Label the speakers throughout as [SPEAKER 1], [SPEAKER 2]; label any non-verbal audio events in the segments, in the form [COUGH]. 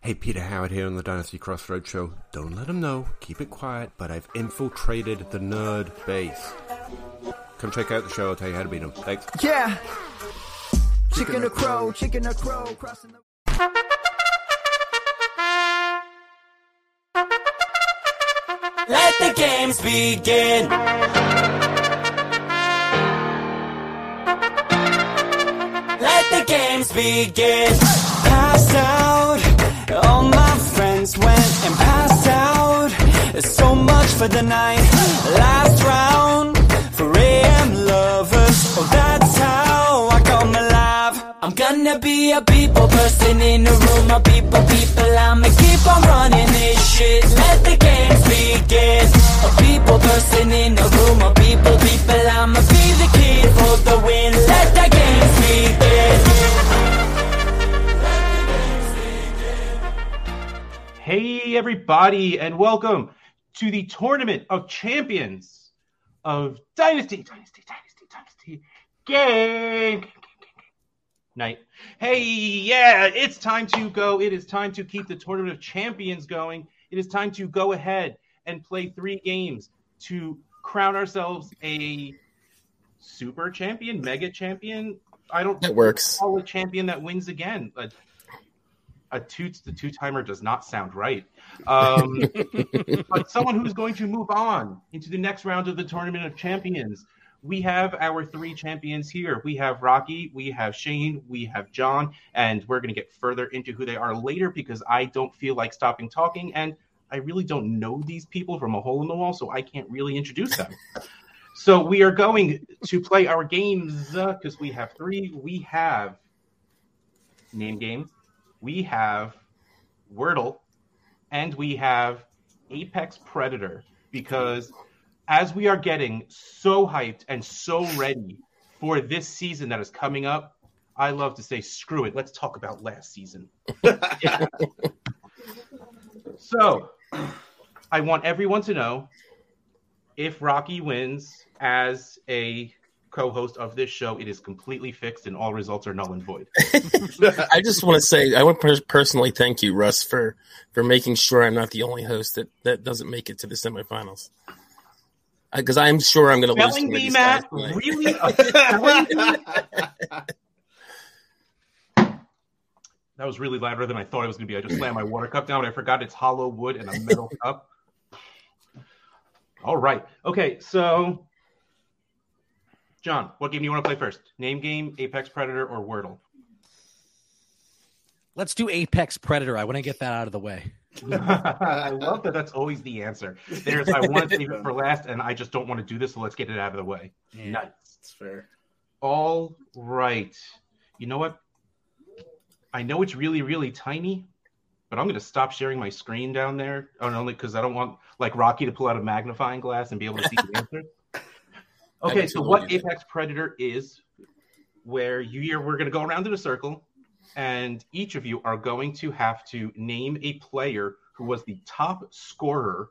[SPEAKER 1] Hey, Peter Howard here on the Dynasty Crossroad Show. Don't let them know, keep it quiet, but I've infiltrated the nerd base. Come check out the show, I'll tell you how to beat them. Thanks.
[SPEAKER 2] Yeah. Chicken or crow, chicken or crow, crossing the.
[SPEAKER 3] Let the games begin. Let the games begin. Passed out. All my friends went and passed out. So much for the night. Last round for AM lovers. Oh, that's how I come alive. I'm gonna be a people person in a room of people, people. I'ma keep on running this shit. Let the games begin. A people person in a room of people, people. I'ma be the kid for the win. Let the games begin.
[SPEAKER 4] Hey, everybody, and welcome to the Tournament of Champions of Dynasty, Dynasty, Dynasty, Dynasty Game, Game, Game, Game, Game. Night. Hey, yeah, it's time to go. It is time to keep the Tournament of Champions going. It is time to go ahead and play three games to crown ourselves a super champion, mega champion. I don't
[SPEAKER 5] It works.
[SPEAKER 4] call a champion that wins again. A, a toots the two timer does not sound right. Um, but someone who's going to move on into the next round of the tournament of champions. We have our three champions here. We have Rocky, we have Shane, we have John, and we're going to get further into who they are later because I don't feel like stopping talking and I really don't know these people from a hole in the wall, so I can't really introduce them. So we are going to play our games because we have three. We have name game, we have Wordle, and we have Apex Predator. Because as we are getting so hyped and so ready for this season that is coming up, I love to say, screw it, let's talk about last season. [LAUGHS] Yeah. So I want everyone to know if Rocky wins as a co-host of this show, it is completely fixed and all results are null and [LAUGHS] void. Uh,
[SPEAKER 5] I just want to say, I want to personally thank you, Russ, for for making sure I'm not the only host that that doesn't make it to the semifinals. Because I'm sure I'm going to lose. to
[SPEAKER 4] Spelling
[SPEAKER 5] one of
[SPEAKER 4] bee,
[SPEAKER 5] these
[SPEAKER 4] Matt?
[SPEAKER 5] guys tonight.
[SPEAKER 4] Really? A spelling bee? that was really louder than I thought it was going to be. I just slammed my water cup down, but I forgot it's hollow wood and a [LAUGHS] metal cup. All right. Okay, so John, what game do you want to play first? Name game, Apex Predator, or Wordle?
[SPEAKER 6] Let's do Apex Predator. I want to get that out of the way.
[SPEAKER 4] [LAUGHS] I love that. That's always the answer. There's I want to save it for last, and I just don't want to do this, so let's get it out of the way. Nice.
[SPEAKER 7] That's fair.
[SPEAKER 4] All right. You know what? I know it's really, really tiny, but I'm going to stop sharing my screen down there, uh, and only because I don't want like Rocky to pull out a magnifying glass and be able to see the
[SPEAKER 7] [LAUGHS]
[SPEAKER 4] answer. Okay, so
[SPEAKER 5] Absolutely.
[SPEAKER 4] what Apex Predator is, where you here we're going to go around in a circle, and each of you are going to have to name a player who was the top scorer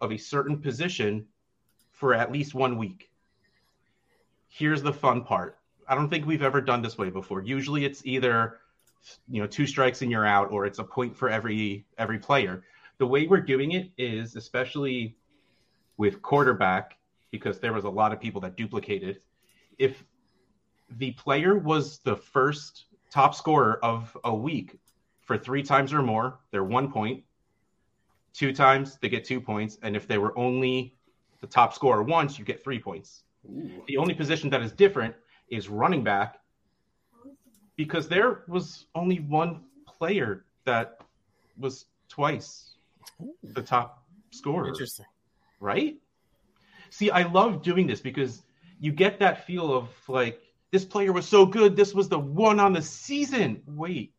[SPEAKER 4] of a certain position for at least one week. Here's the fun part. I don't think we've ever done this way before. Usually it's either you know two strikes and you're out or it's a point for every every player. The way we're doing it is especially with quarterback because there was a lot of people that duplicated. If the player was the first top scorer of a week for three times or more, they're one point. Two times, they get two points. And if they were only the top scorer once, you get three points.
[SPEAKER 7] Ooh.
[SPEAKER 4] The only position that is different is running back because there was only one player that was twice the top scorer
[SPEAKER 5] Interesting.
[SPEAKER 4] right? See, I love doing this because you get that feel of like this player was so good, this was the one on the season. Wait,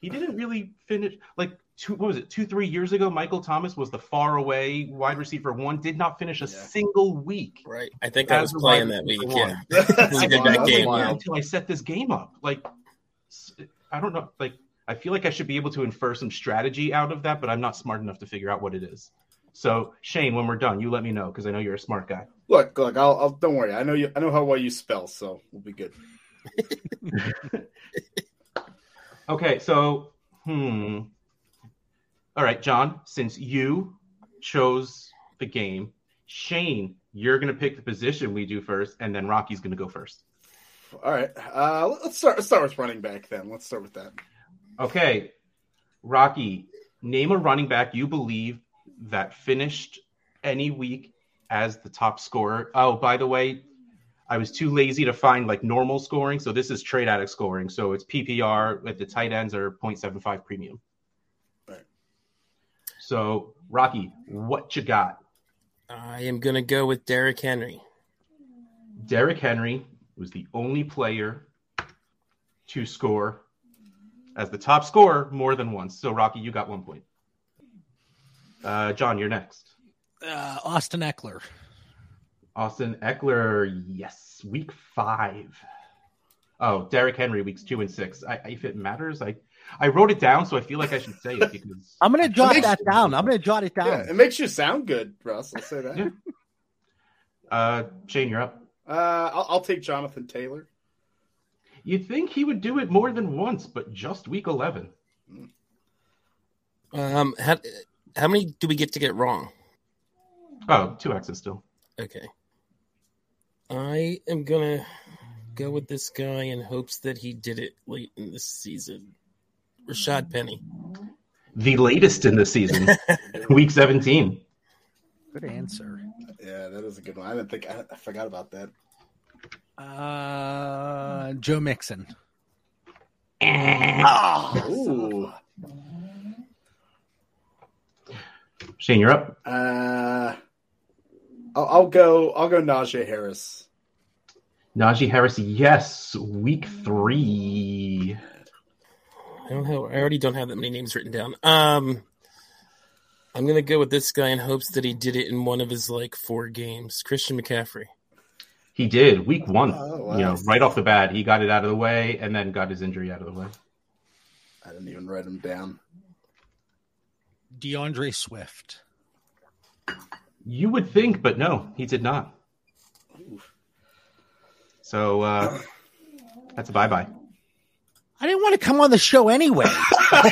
[SPEAKER 4] he didn't really finish. Like two, what was it? Two, three years ago, Michael Thomas was the far away wide receiver one, did not finish a
[SPEAKER 7] Yeah.
[SPEAKER 4] single week.
[SPEAKER 5] Right. I think I was playing that week. Yeah. This is a
[SPEAKER 7] That's
[SPEAKER 5] good back
[SPEAKER 7] wild.
[SPEAKER 5] game.
[SPEAKER 7] Wild.
[SPEAKER 4] Until I set this game up, like s- I don't know, like I feel like I should be able to infer some strategy out of that, but I'm not smart enough to figure out what it is. So Shane, when we're done, you let me know because I know you're a smart guy.
[SPEAKER 7] Look, look. I'll, I'll. Don't worry. I know you. I know how well you spell, so we'll be good.
[SPEAKER 4] Okay, so hmm, All right, John, since you chose the game, Shane, you're going to pick the position we do first, and then Rocky's going to go first.
[SPEAKER 7] All right. Uh, let's start. Let's start with running back then. Let's start with that.
[SPEAKER 4] Okay, Rocky, name a running back you believe that finished any week as the top scorer. Oh, by the way, I was too lazy to find like normal scoring, so this is trade addict scoring. So it's PPR with the tight ends are 0.75 premium.
[SPEAKER 7] Right.
[SPEAKER 4] So Rocky, what you got?
[SPEAKER 5] I am going to go with Derrick Henry.
[SPEAKER 4] Derrick Henry was the only player to score as the top scorer more than once. So Rocky, you got one point. Uh, John, you're next.
[SPEAKER 6] Uh, Austin Eckler.
[SPEAKER 4] Austin Eckler, yes, week five. Oh, Derrick Henry, weeks two and six. I, if it matters, I I wrote it down, so I feel like I should say it because
[SPEAKER 6] [LAUGHS] I'm gonna jot
[SPEAKER 7] Thanks.
[SPEAKER 6] that down. I'm gonna jot it down.
[SPEAKER 7] Yeah, it makes you sound good, Russ. I'll say that.
[SPEAKER 4] Yeah. uh, Shane, you're up.
[SPEAKER 7] Uh, I'll, I'll take Jonathan Taylor.
[SPEAKER 4] You'd think he would do it more than once, but just week eleven.
[SPEAKER 5] Um, how, how many do we get to get wrong?
[SPEAKER 4] Oh, two X's still.
[SPEAKER 5] Okay. I am going to go with this guy in hopes that he did it late in the season. Rashad Penny.
[SPEAKER 4] The latest in the
[SPEAKER 7] [LAUGHS]
[SPEAKER 4] season, week seventeen.
[SPEAKER 6] Good answer.
[SPEAKER 7] Yeah, that is a good one. I didn't think I, I forgot about that.
[SPEAKER 6] Uh, Joe Mixon.
[SPEAKER 7] Ooh.
[SPEAKER 4] Shane, you're up.
[SPEAKER 7] Uh, I'll, I'll go. I'll go. Najee Harris.
[SPEAKER 4] Najee Harris, yes, week three.
[SPEAKER 5] I don't have. I already don't have that many names written down. Um, I'm gonna go with this guy in hopes that he did it in one of his like four games. Christian McCaffrey.
[SPEAKER 4] He did week one.
[SPEAKER 7] Oh, wow.
[SPEAKER 4] You know, right off the bat, he got it out of the way, and then got his injury out of the way.
[SPEAKER 7] I didn't even write him down.
[SPEAKER 6] DeAndre Swift.
[SPEAKER 4] You would think, but no, he did not. So uh, that's a bye bye.
[SPEAKER 6] I didn't want to come on the show [LAUGHS] anyway. Son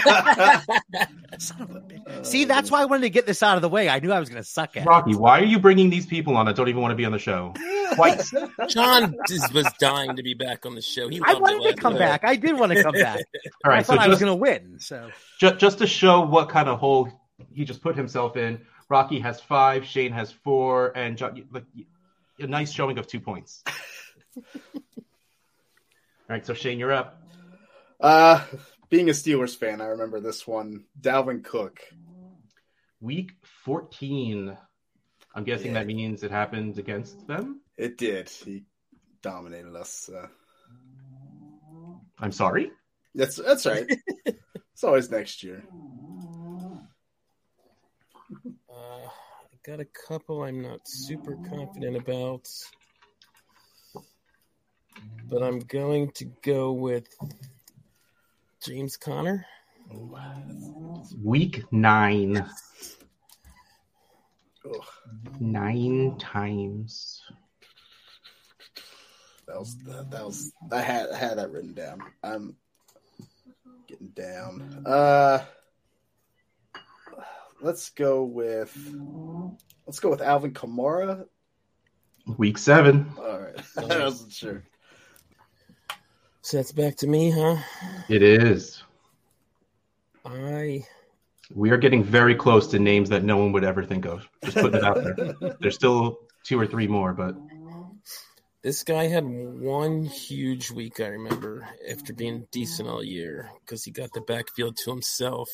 [SPEAKER 6] of a bitch. See, that's why I wanted to get this out of the way. I knew I was going to suck at it.
[SPEAKER 4] Rocky, why are you bringing these people on that don't even want to be on the
[SPEAKER 7] [LAUGHS]
[SPEAKER 4] shoshow twice?
[SPEAKER 6] [LAUGHS]
[SPEAKER 5] John just was dying to be back on the show. He
[SPEAKER 6] I
[SPEAKER 5] loved it
[SPEAKER 6] wanted to
[SPEAKER 5] last
[SPEAKER 6] come
[SPEAKER 5] night.
[SPEAKER 6] back. I did want to come [LAUGHS] back.
[SPEAKER 4] All
[SPEAKER 6] I
[SPEAKER 4] right, so
[SPEAKER 6] thought I was
[SPEAKER 4] just,
[SPEAKER 6] going to win. So
[SPEAKER 4] ju- just to show what kind of hole he just put himself in, Rocky has five, Shane has four, and John, like a nice showing of two points. All right, so Shane, you're up.
[SPEAKER 7] Uh, being a Steelers fan, I remember this one. Dalvin Cook.
[SPEAKER 4] Week 14. I'm guessing
[SPEAKER 7] Yeah.
[SPEAKER 4] that means it happened against them.
[SPEAKER 7] It did. He dominated us. Uh,
[SPEAKER 4] I'm sorry.
[SPEAKER 7] that's that's right. it's always next year.
[SPEAKER 5] Uh, I got a couple I'm not super confident about, but I'm going to go with James Conner.
[SPEAKER 4] Week nine.
[SPEAKER 7] Ugh,
[SPEAKER 4] Nine times.
[SPEAKER 7] that was that, that was. I had I had that written down. I'm getting down. Uh, let's go with let's go with Alvin Kamara.
[SPEAKER 4] Week seven.
[SPEAKER 7] All right, [LAUGHS] I wasn't sure.
[SPEAKER 5] So that's back to me, huh?
[SPEAKER 4] It is.
[SPEAKER 5] I
[SPEAKER 4] We are getting very close to names that no one would ever think of. Just putting it out there. There's still two or three more, but
[SPEAKER 5] This guy had one huge week, I remember, after being decent all year because he got the backfield to himself.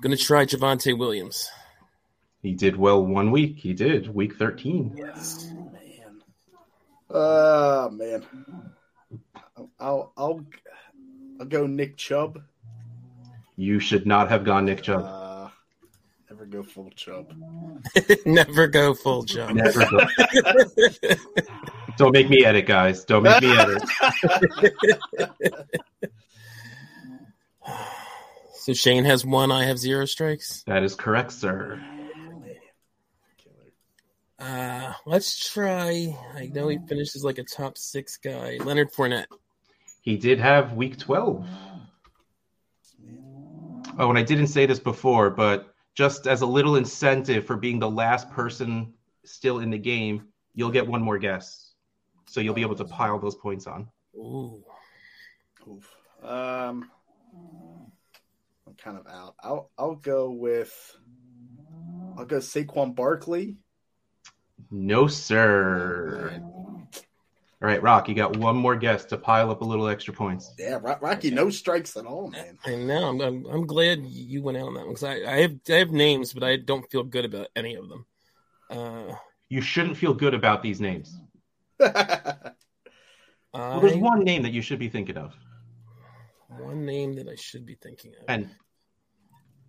[SPEAKER 5] Gonna try Javante Williams. [LAUGHS]
[SPEAKER 4] he did well one week. He did. Week 13.
[SPEAKER 7] Man. Oh man. I'll I'll I'll go Nick Chubb.
[SPEAKER 4] You should not have gone Nick
[SPEAKER 7] [LAUGHS]
[SPEAKER 4] Chubb.
[SPEAKER 7] Uh, never go full Chubb.
[SPEAKER 5] Never go full jump.
[SPEAKER 4] Never go. Don't make me edit, guys. Don't make me edit.
[SPEAKER 5] So Shane has one, I have zero strikes.
[SPEAKER 4] That is correct, sir.
[SPEAKER 5] Uh, let's try. I know he finishes like a top six guy. Leonard Fournette.
[SPEAKER 4] He did have week 12. Oh, and I didn't say this before, but just as a little incentive for being the last person still in the game, you'll get one more guess. So you'll be able to pile those points on.
[SPEAKER 5] Ooh.
[SPEAKER 7] Oof. Um, I'm kind of out. I'll I'll go with I'll go Saquon Barkley.
[SPEAKER 4] No, sir. All right, Rock, you got one more guess to pile up a little extra points.
[SPEAKER 7] Yeah, Ro- Rocky, no strikes at all, man. [LAUGHS]
[SPEAKER 5] I know. I'm, I'm, I'm glad you went out on that one because I, I have I have names, but I don't feel good about any of them. Uh,
[SPEAKER 4] You shouldn't feel good about these names.
[SPEAKER 5] I,
[SPEAKER 4] Well, there's one name that you should be thinking of.
[SPEAKER 5] one name that I should be thinking of.
[SPEAKER 4] And,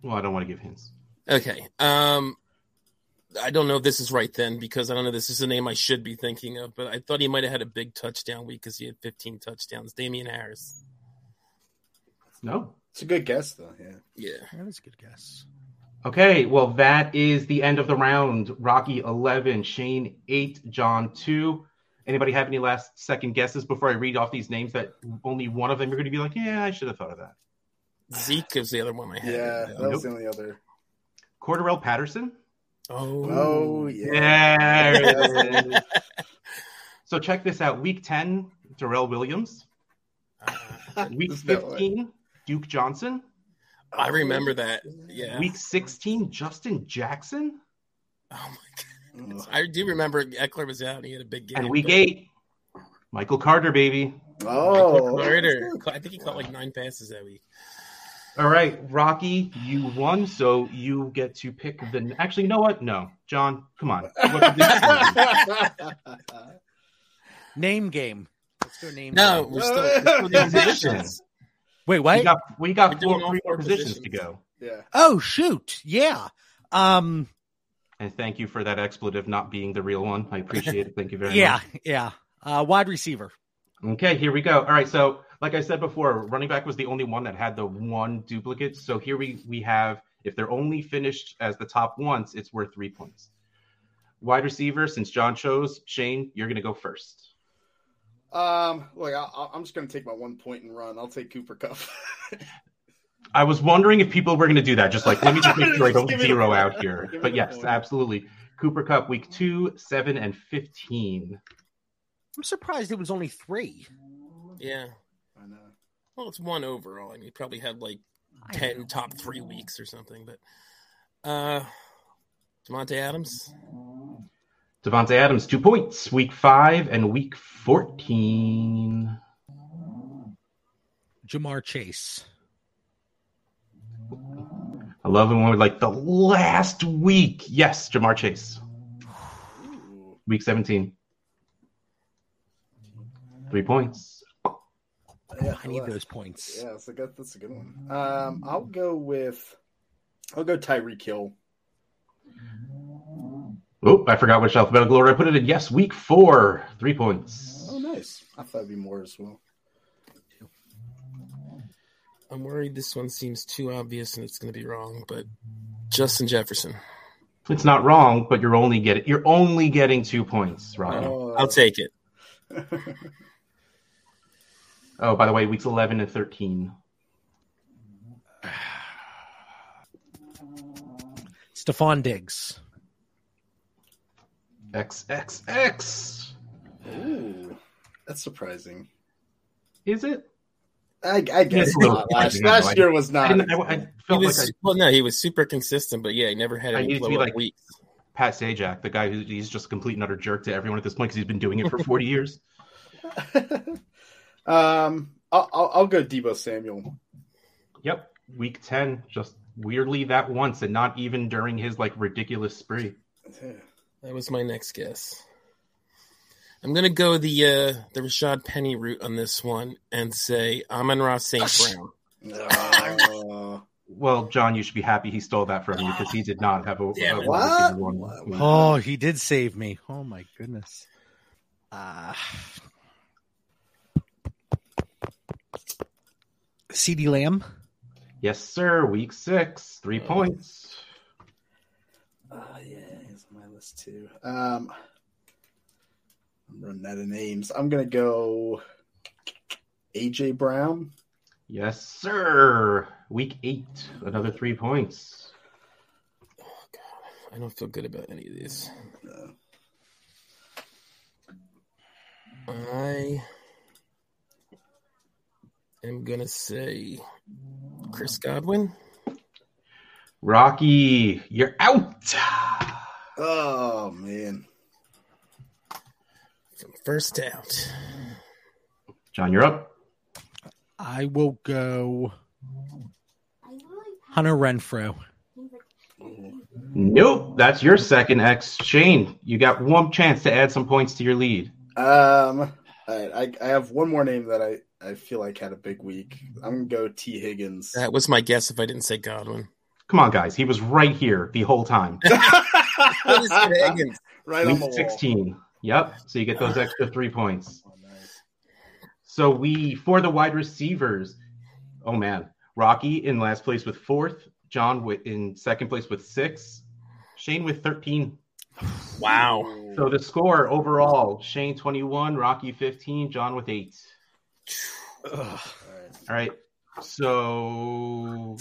[SPEAKER 4] well, I don't want to give hints.
[SPEAKER 5] Okay. Um, I don't know if this is right then because I don't know if this is a name I should be thinking of, but I thought he might have had a big touchdown week because he had 15 touchdowns. Damian Harris.
[SPEAKER 4] No.
[SPEAKER 7] it's a good guess though. Yeah.
[SPEAKER 5] Yeah.
[SPEAKER 6] That is a good guess.
[SPEAKER 4] Okay, well, that is the end of the round. Rocky 11, Shane 8, John 2. Anybody have any last second guesses before I read off these names that only one of them you're going to be like, yeah, I should have thought of that?
[SPEAKER 5] Zeke is the other one I had.
[SPEAKER 7] Yeah, that was the
[SPEAKER 4] Nope.
[SPEAKER 7] only other.
[SPEAKER 4] Corderell Patterson?
[SPEAKER 5] Oh.
[SPEAKER 7] Oh yeah.
[SPEAKER 4] Yeah. there it
[SPEAKER 5] [LAUGHS]
[SPEAKER 4] is. so check this out. Week 10, Darrell Williams. Week
[SPEAKER 7] There's no way.
[SPEAKER 4] 15, Duke Johnson.
[SPEAKER 5] I remember that. Yeah.
[SPEAKER 4] Week 16, Justin Jackson.
[SPEAKER 5] oh my God. I do remember Eckler was out and he had a big game.
[SPEAKER 4] And week
[SPEAKER 5] but-
[SPEAKER 4] 8, Michael Carter, baby.
[SPEAKER 7] Oh,
[SPEAKER 5] Carter. I think he caught like nine passes that week.
[SPEAKER 4] All right, Rocky, you won, so you get to pick the. Actually, you know what? No, John, come on. What did you-
[SPEAKER 6] Name game. Let's go name.
[SPEAKER 5] No,
[SPEAKER 6] game.
[SPEAKER 5] we're still, we're
[SPEAKER 7] [LAUGHS]
[SPEAKER 5] still doing [LAUGHS] positions.
[SPEAKER 6] Wait,
[SPEAKER 4] we
[SPEAKER 6] what?
[SPEAKER 4] got we got
[SPEAKER 5] We're doing
[SPEAKER 4] four,
[SPEAKER 5] all
[SPEAKER 4] three more
[SPEAKER 5] four
[SPEAKER 4] positions to
[SPEAKER 5] positions.
[SPEAKER 4] go.
[SPEAKER 7] [LAUGHS] yeah.
[SPEAKER 6] oh shoot! Yeah. Um.
[SPEAKER 4] And thank you for that expletive not being the real one. I appreciate it. Thank you very
[SPEAKER 6] Yeah. Yeah. Uh, wide receiver.
[SPEAKER 4] much. Okay, here we go. All right, so like I said before, running back was the only one that had the one duplicate. So here we we have if they're only finished as the top once, it's worth three points. Wide receiver, since John chose Shane, you're going to go first.
[SPEAKER 7] Um, look, I, I- I'm just gonna take my one point and run. I'll take Cooper Cup. [LAUGHS]
[SPEAKER 4] I was wondering if people were going to do that. Just like, let me just make sure I
[SPEAKER 7] [LAUGHS] Just
[SPEAKER 4] don't
[SPEAKER 7] give me
[SPEAKER 4] zero
[SPEAKER 7] the-
[SPEAKER 4] out here.
[SPEAKER 7] give me
[SPEAKER 4] But
[SPEAKER 7] the
[SPEAKER 4] yes,
[SPEAKER 7] point.
[SPEAKER 4] absolutely. Cooper Cup, week two, seven, and 15.
[SPEAKER 6] I'm surprised it was only three.
[SPEAKER 5] Yeah.
[SPEAKER 7] I know.
[SPEAKER 5] Well, it's one overall. I mean, he probably had like
[SPEAKER 6] I
[SPEAKER 5] ten top three weeks or something. But uh Demonte Adams,
[SPEAKER 4] Devontae Adams, two points, week five and week 14.
[SPEAKER 6] Jamar Chase.
[SPEAKER 4] I love it when we're like the last week. Yes, Jamar Chase,
[SPEAKER 7] Ooh.
[SPEAKER 4] week 17. Three points.
[SPEAKER 7] Yeah,
[SPEAKER 6] I need
[SPEAKER 7] look.
[SPEAKER 6] those points.
[SPEAKER 7] Yeah, that's a good. That's a good one. Um, I'll go with. I'll go Tyreek Hill.
[SPEAKER 4] Oh, I forgot which alphabetical order I put it in. Yes, week four, three points.
[SPEAKER 7] Oh, nice. I thought it'd be more as well.
[SPEAKER 5] I'm worried this one seems too obvious and it's going to be wrong. But Justin Jefferson,
[SPEAKER 4] It's not wrong, but you're only getting you're only getting two points, Rocky.
[SPEAKER 7] Oh.
[SPEAKER 5] I'll take it.
[SPEAKER 4] Oh, by the way, weeks 11 and 13.
[SPEAKER 6] Stephon Diggs.
[SPEAKER 4] X, X, X.
[SPEAKER 7] Ooh, that's surprising.
[SPEAKER 4] Is it?
[SPEAKER 7] I, I guess
[SPEAKER 4] it's a little
[SPEAKER 7] not. Last,
[SPEAKER 4] surprising, I know.
[SPEAKER 7] last year was
[SPEAKER 4] I,
[SPEAKER 7] not.
[SPEAKER 4] didn't, I, I
[SPEAKER 5] He
[SPEAKER 4] felt
[SPEAKER 5] was
[SPEAKER 4] like I,
[SPEAKER 5] well, no, he was super consistent, but yeah, he never had
[SPEAKER 4] I
[SPEAKER 5] any
[SPEAKER 4] needed to be
[SPEAKER 5] blowout
[SPEAKER 4] like-
[SPEAKER 5] weeks.
[SPEAKER 4] Pat Sajak, the guy who he's just a complete and utter jerk to everyone at this point because he's been doing it for 40 years.
[SPEAKER 7] um, I'll, I'll, I'll go Debo Samuel.
[SPEAKER 4] Yep. Week 10, just weirdly that once and not even during his like ridiculous spree.
[SPEAKER 5] That was my next guess. I'm going to go the uh the Rashad Penny route on this one and say Amon Ross St. Brown.
[SPEAKER 7] [LAUGHS] Uh,
[SPEAKER 4] Well, John, you should be happy he stole that from you because he did not have a,
[SPEAKER 5] Damn
[SPEAKER 4] a
[SPEAKER 5] it.
[SPEAKER 4] wide receiver
[SPEAKER 7] What?
[SPEAKER 4] one.
[SPEAKER 6] Oh, he did save me. Oh my goodness. Uh, CD Lamb.
[SPEAKER 4] Yes, sir. Week six, three points.
[SPEAKER 7] oh, yeah, he's on my list too. Um, I'm running out of names. I'm gonna go AJ Brown.
[SPEAKER 4] Yes, sir. Week eight, another three points.
[SPEAKER 5] I don't feel good about any of these. I am going to say Chris Godwin.
[SPEAKER 4] Rocky, you're out.
[SPEAKER 7] Oh man.
[SPEAKER 5] First out.
[SPEAKER 4] John, you're up.
[SPEAKER 6] I will go Hunter Renfro.
[SPEAKER 4] Nope, that's your second X. Shane, you got one chance to add some points to your lead.
[SPEAKER 7] Um, all right, I, I have one more name that I, I feel like had a big week. I'm gonna go T Higgins.
[SPEAKER 5] That was my guess if I didn't say Godwin.
[SPEAKER 4] Come on, guys. He was right here the whole time.
[SPEAKER 5] I just said
[SPEAKER 7] [LAUGHS]
[SPEAKER 5] Higgins.
[SPEAKER 7] right on the
[SPEAKER 4] Week
[SPEAKER 7] wall.
[SPEAKER 4] 16. Yep. So you get those extra three points. So we, for the wide receivers, oh man, Rocky in last place with fourth, John wi- in second place with six, Shane with 13.
[SPEAKER 5] Wow.
[SPEAKER 4] So the score overall Shane 21, Rocky 15, John with eight. All right. So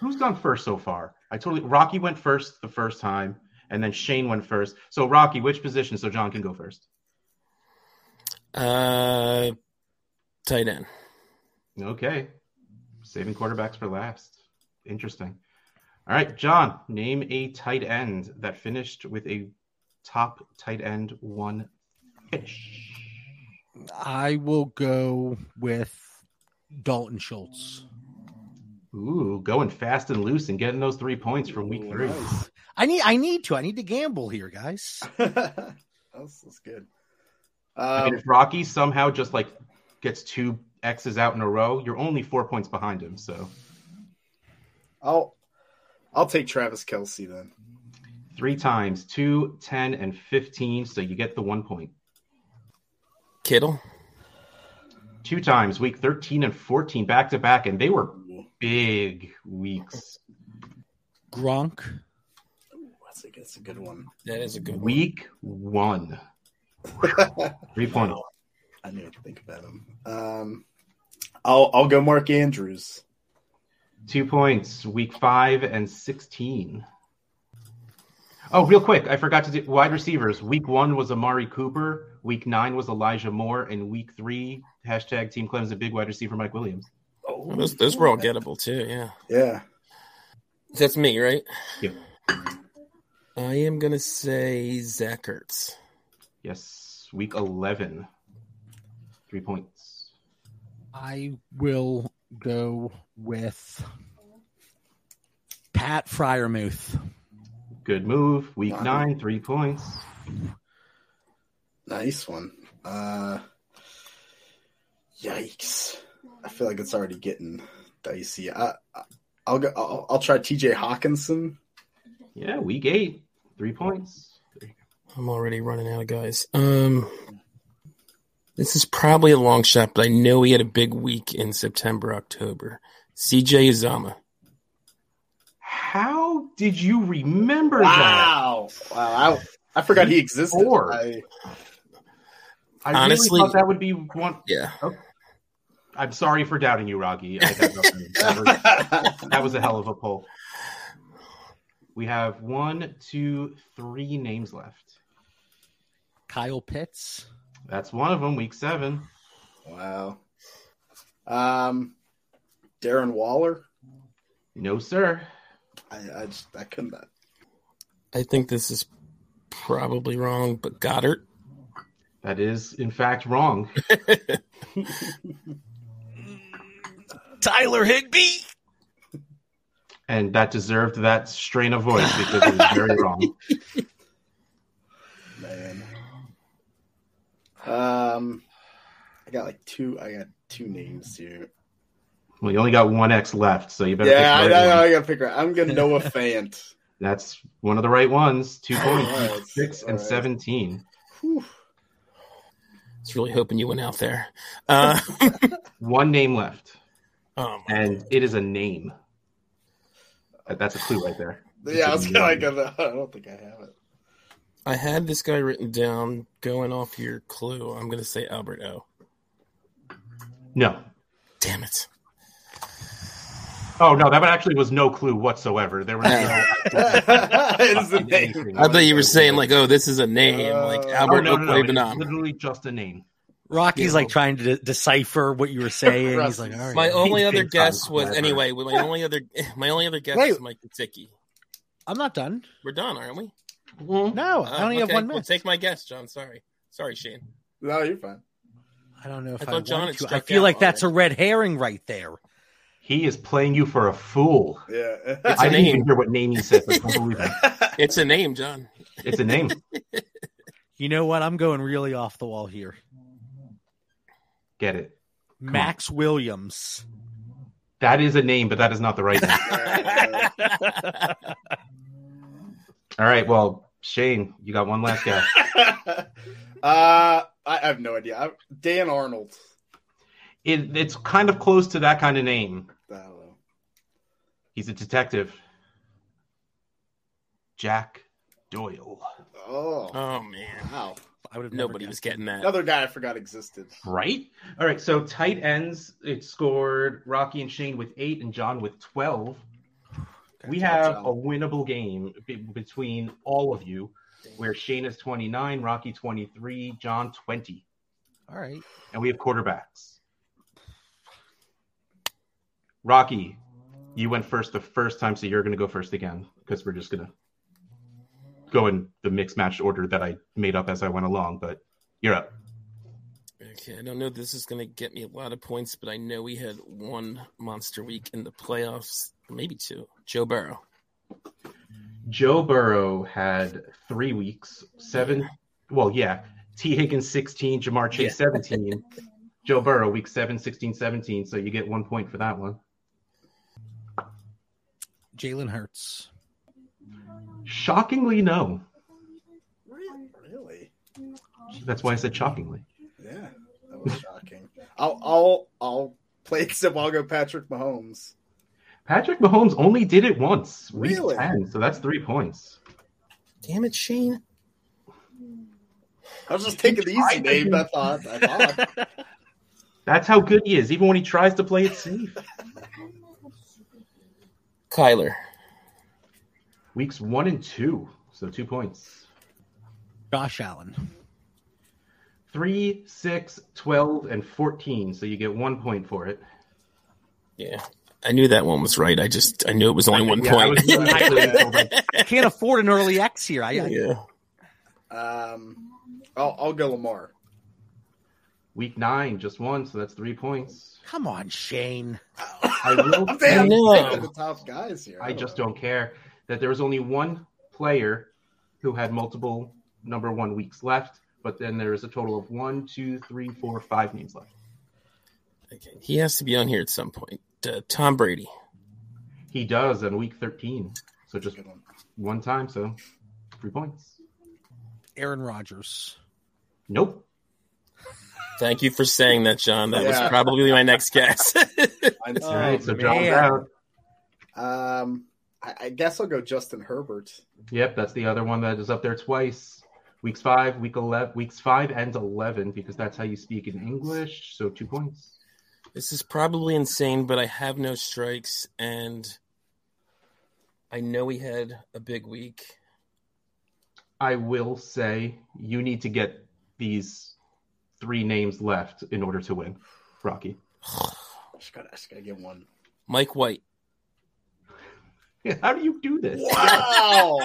[SPEAKER 4] who's gone first so far? I totally Rocky went first the first time, and then Shane went first. So Rocky, which position? So John can go first.
[SPEAKER 5] Uh, tight end.
[SPEAKER 4] Okay. Saving quarterbacks for last. Interesting. All right, John, name a tight end that finished with a top tight end one finish.
[SPEAKER 6] I will go with Dalton Schultz.
[SPEAKER 4] Ooh, going fast and loose and getting those three points from week
[SPEAKER 7] Ooh,
[SPEAKER 4] three.
[SPEAKER 7] [LAUGHS] nice.
[SPEAKER 6] I need I need to. I need to gamble here, guys.
[SPEAKER 7] that's, that's good.
[SPEAKER 4] I mean,
[SPEAKER 7] Um,
[SPEAKER 4] if Rocky somehow just like gets two X's out in a row, you're only four points behind him. So
[SPEAKER 7] I'll I'll take Travis Kelsey then.
[SPEAKER 4] three times two, 10, and 15. So you get the one point.
[SPEAKER 5] Kittle.
[SPEAKER 4] Two times week 13 and 14 back to back. And they were big weeks.
[SPEAKER 6] Gronk.
[SPEAKER 7] That's a, that's a good one.
[SPEAKER 5] That is a good one.
[SPEAKER 4] Week one. Three points.
[SPEAKER 7] I need to think about him. Um, I'll I'll go Mark Andrews.
[SPEAKER 4] Two points, week five and 16. Oh, real quick, I forgot to do wide receivers. Week one was Amari Cooper, week nine was Elijah Moore, and week three, hashtag Team Clemson big wide receiver Mike Williams.
[SPEAKER 5] Well, those, those were all gettable too. Yeah.
[SPEAKER 7] Yeah.
[SPEAKER 5] That's me, right?
[SPEAKER 4] Yeah.
[SPEAKER 5] I am going to say Zach Ertz.
[SPEAKER 4] Yes, week 11. Three points.
[SPEAKER 6] I will go with Pat Fryermuth.
[SPEAKER 4] Good move. Week
[SPEAKER 7] Wow.
[SPEAKER 4] nine, three points.
[SPEAKER 7] Nice one. Uh, yikes! I feel like it's already getting dicey. I, I I'll go. I'll, I'll try T.J. Hawkinson.
[SPEAKER 4] Yeah, week eight, three points.
[SPEAKER 5] I'm already running out of guys. Um, this is probably a long shot, but I know he had a big week in September, October. CJ Uzama.
[SPEAKER 4] How did you remember that?
[SPEAKER 7] Wow! Wow! I, I forgot he existed.
[SPEAKER 4] Four. [LAUGHS]
[SPEAKER 7] I,
[SPEAKER 4] I
[SPEAKER 5] Honestly-
[SPEAKER 4] really thought that would be one.
[SPEAKER 5] Yeah.
[SPEAKER 4] I'm sorry for doubting you, Rocky. I had nothing. That was- that was a hell of a poll. We have one, two, three names left.
[SPEAKER 6] Kyle Pitts.
[SPEAKER 4] That's one of them. Week seven.
[SPEAKER 7] wow. Um, Darren Waller.
[SPEAKER 4] No, sir.
[SPEAKER 7] I I, just, I couldn't.
[SPEAKER 5] I think this is probably wrong, but Goddard.
[SPEAKER 4] That is, in fact, wrong.
[SPEAKER 6] Tyler Higby.
[SPEAKER 4] And that deserved that strain of voice because it was very
[SPEAKER 7] [LAUGHS]
[SPEAKER 4] wrong.
[SPEAKER 7] Man. Um, I got like two. I got two names here.
[SPEAKER 4] Well, you only got one X left, so you better
[SPEAKER 7] Yeah, I,
[SPEAKER 4] pick the right
[SPEAKER 7] I,
[SPEAKER 4] one.
[SPEAKER 7] I gotta figure. Out. I'm gonna Noah Fant.
[SPEAKER 4] [LAUGHS] That's one of the right ones. Two points,
[SPEAKER 7] All right.
[SPEAKER 4] six
[SPEAKER 7] All
[SPEAKER 4] and
[SPEAKER 7] right.
[SPEAKER 4] 17.
[SPEAKER 7] Whew.
[SPEAKER 5] I was really hoping you went out there. Uh, [LAUGHS]
[SPEAKER 4] One name left,
[SPEAKER 5] um,
[SPEAKER 4] and it is a name. Uh, That's a clue right there.
[SPEAKER 7] Yeah, I was kinda like, I don't think I have it.
[SPEAKER 5] I had this guy written down. Going off your clue, I'm going to say Albert O.
[SPEAKER 4] No.
[SPEAKER 5] Damn it.
[SPEAKER 4] Oh no, that actually was no clue whatsoever.
[SPEAKER 5] [LAUGHS]
[SPEAKER 4] There was no, [LAUGHS]
[SPEAKER 7] [LAUGHS] It's the name.
[SPEAKER 4] anything.
[SPEAKER 5] I thought you were saying like, oh, this is a name, like
[SPEAKER 7] Uh,
[SPEAKER 4] Oh,
[SPEAKER 5] Albert
[SPEAKER 4] no, no, no,
[SPEAKER 5] Oakley
[SPEAKER 4] it's
[SPEAKER 5] Benham.
[SPEAKER 4] literally just a name.
[SPEAKER 6] Rocky's
[SPEAKER 5] Yeah.
[SPEAKER 6] like trying to de- decipher what you
[SPEAKER 5] [LAUGHS]
[SPEAKER 6] were saying. He's like, all right.
[SPEAKER 5] My only
[SPEAKER 4] He's
[SPEAKER 5] other
[SPEAKER 4] been
[SPEAKER 5] guess
[SPEAKER 4] trying
[SPEAKER 5] was
[SPEAKER 4] forever.
[SPEAKER 5] anyway. My only other [LAUGHS] my only other guess
[SPEAKER 6] Wait.
[SPEAKER 5] was Mike Kosicki.
[SPEAKER 6] I'm not done.
[SPEAKER 5] We're done, aren't we?
[SPEAKER 6] No, I
[SPEAKER 5] Uh,
[SPEAKER 6] only have
[SPEAKER 5] okay,
[SPEAKER 6] one
[SPEAKER 5] well,
[SPEAKER 6] minute.
[SPEAKER 5] take my guess, John. Sorry, sorry, Shane.
[SPEAKER 7] No, you're fine.
[SPEAKER 6] I don't know if
[SPEAKER 5] I
[SPEAKER 6] I,
[SPEAKER 5] thought John
[SPEAKER 6] want
[SPEAKER 5] had
[SPEAKER 6] to. I
[SPEAKER 5] struck
[SPEAKER 6] feel
[SPEAKER 5] out
[SPEAKER 6] like that's a
[SPEAKER 5] already.
[SPEAKER 6] red herring right there.
[SPEAKER 4] He is playing you for a fool.
[SPEAKER 7] [LAUGHS] Yeah.
[SPEAKER 5] a
[SPEAKER 4] I didn't even
[SPEAKER 5] name.
[SPEAKER 4] hear what name he said. but I can't believe
[SPEAKER 5] [LAUGHS]
[SPEAKER 4] it.
[SPEAKER 5] It's a name, John.
[SPEAKER 4] It's a name.
[SPEAKER 6] You know what? I'm going really off the wall here.
[SPEAKER 4] Get it.
[SPEAKER 6] Max
[SPEAKER 5] [LAUGHS]
[SPEAKER 6] Williams.
[SPEAKER 4] That is a name, but that is not the right name. All right. Well, Shane, you got one last guess.
[SPEAKER 7] [LAUGHS] uh, I I have no idea. I, Dan Arnold.
[SPEAKER 4] It, it's kind of close to that kind of name.
[SPEAKER 7] I don't know.
[SPEAKER 4] He's a detective. Jack Doyle.
[SPEAKER 7] Oh,
[SPEAKER 5] Oh man,
[SPEAKER 7] wow.
[SPEAKER 6] I would have never
[SPEAKER 5] nobody
[SPEAKER 6] guessed.
[SPEAKER 5] was getting that.
[SPEAKER 7] Another guy I forgot existed.
[SPEAKER 4] Right? All right. So tight ends, it scored Rocky and Shane with eight and John with 12. We have a winnable game be- between all of you where Shane is 29, Rocky 23, John 20.
[SPEAKER 6] All right.
[SPEAKER 4] and we have quarterbacks. Rocky, you went first the first time, so you're going to go first again because we're just going to go in the mixed match order that I made up as I went along. But you're up.
[SPEAKER 5] Okay, I don't know. if This is going to get me a lot of points, but I know we had one monster week in the playoffs, maybe two. Joe Burrow.
[SPEAKER 4] Joe Burrow had three weeks, seven. Well, yeah. T. Higgins 16, Jamar Chase 17. Joe Burrow, week 7, 16, 17. So you get one point for that one.
[SPEAKER 6] Jalen Hurts.
[SPEAKER 4] Shockingly, no.
[SPEAKER 7] Really?
[SPEAKER 4] That's why I said shockingly.
[SPEAKER 7] Yeah. That was shocking. I'll I'll I'll play except I'll go Patrick Mahomes.
[SPEAKER 4] Patrick Mahomes only did it once, week
[SPEAKER 7] Really?
[SPEAKER 4] 10, so that's three points.
[SPEAKER 5] Damn it, Shane.
[SPEAKER 7] I was just taking the easy name. I thought. I thought.
[SPEAKER 4] That's how good he is, even when he tries to play it safe.
[SPEAKER 5] Kyler.
[SPEAKER 4] Weeks one and two, so two points.
[SPEAKER 6] Josh Allen.
[SPEAKER 4] Three, six, 12, and 14, so you get one point for it.
[SPEAKER 5] Yeah, I knew that one was right. I just I knew it was only one
[SPEAKER 4] Yeah, I
[SPEAKER 5] point.
[SPEAKER 4] was-
[SPEAKER 5] [LAUGHS]
[SPEAKER 4] actually, I was like,
[SPEAKER 6] I can't afford an early X here. I, I
[SPEAKER 5] yeah.
[SPEAKER 7] Um, I'll I'll go Lamar.
[SPEAKER 4] week nine, just one, so that's three points.
[SPEAKER 6] come on, Shane.
[SPEAKER 4] I will
[SPEAKER 7] I'm
[SPEAKER 4] say,
[SPEAKER 7] taking
[SPEAKER 5] no.
[SPEAKER 7] the top guys here.
[SPEAKER 4] I just don't care that there was only one player who had multiple number one weeks left, but then there is a total of one, two, three, four, five names left.
[SPEAKER 5] Okay. He has to be on here at some point. Uh, Tom Brady.
[SPEAKER 4] He does in week 13. So just
[SPEAKER 7] Good one.
[SPEAKER 4] one time, so three points.
[SPEAKER 6] Aaron Rodgers.
[SPEAKER 4] Nope.
[SPEAKER 5] Thank you for saying that, John. That
[SPEAKER 7] Yeah.
[SPEAKER 5] was probably my next guess. [LAUGHS]
[SPEAKER 7] Mine's-
[SPEAKER 4] All right, so John's
[SPEAKER 6] man.
[SPEAKER 4] out.
[SPEAKER 7] Um, I, I guess I'll go Justin Herbert.
[SPEAKER 4] Yep, that's the other one that is up there twice. Weeks five, week eleven, weeks five and eleven, because that's how you speak in English. So two points.
[SPEAKER 5] this is probably insane, but I have no strikes, and I know we had a big week.
[SPEAKER 4] I will say you need to get these three names left in order to win, Rocky. [LAUGHS]
[SPEAKER 7] I just gotta, I just gotta get one.
[SPEAKER 5] Mike White.
[SPEAKER 4] How do you do this?
[SPEAKER 7] Wow!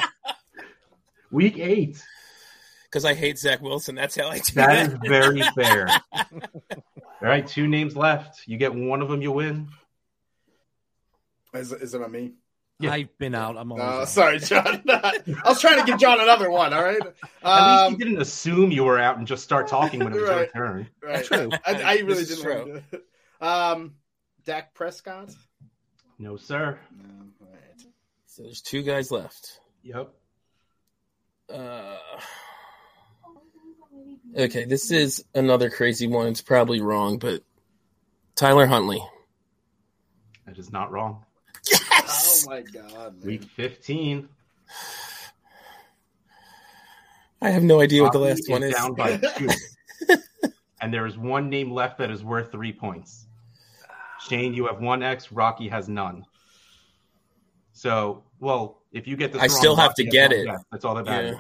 [SPEAKER 4] Week eight.
[SPEAKER 5] Because I hate Zach Wilson. That's how I do
[SPEAKER 4] That
[SPEAKER 5] that.
[SPEAKER 4] is
[SPEAKER 7] [LAUGHS]
[SPEAKER 4] very fair. All right, two names left. You get one of them, you win.
[SPEAKER 7] is, it- is it on me?
[SPEAKER 4] Yeah.
[SPEAKER 6] I've been out. I'm
[SPEAKER 7] No,
[SPEAKER 6] always out.
[SPEAKER 7] Oh, sorry, John. [LAUGHS] I was trying to give John another one. All right.
[SPEAKER 4] At
[SPEAKER 7] Um,
[SPEAKER 4] least you didn't assume you were out and just start talking when it was
[SPEAKER 7] [LAUGHS] Right.
[SPEAKER 4] your turn.
[SPEAKER 7] right.
[SPEAKER 6] True.
[SPEAKER 7] I, I really
[SPEAKER 5] This is
[SPEAKER 7] didn't want to do it. Um, Dak Prescott.
[SPEAKER 4] No, sir.
[SPEAKER 7] No, all right.
[SPEAKER 5] So there's two guys left.
[SPEAKER 4] Yep.
[SPEAKER 5] Uh, okay, this is another crazy one. It's probably wrong, but Tyler Huntley.
[SPEAKER 4] That is not wrong.
[SPEAKER 7] Oh my God. man.
[SPEAKER 4] Week 15.
[SPEAKER 5] I have no idea what the
[SPEAKER 4] Rocky
[SPEAKER 5] [LAUGHS] last one is.
[SPEAKER 4] Down by two. and there is one name left that is worth three points. Shane, you have one X. Rocky has none. So, well, if you get this,
[SPEAKER 5] I
[SPEAKER 4] wrong,
[SPEAKER 5] still have
[SPEAKER 4] Rocky
[SPEAKER 5] to
[SPEAKER 4] has
[SPEAKER 5] get
[SPEAKER 4] one
[SPEAKER 5] it.
[SPEAKER 4] X. That's all that
[SPEAKER 5] Yeah.
[SPEAKER 4] matters.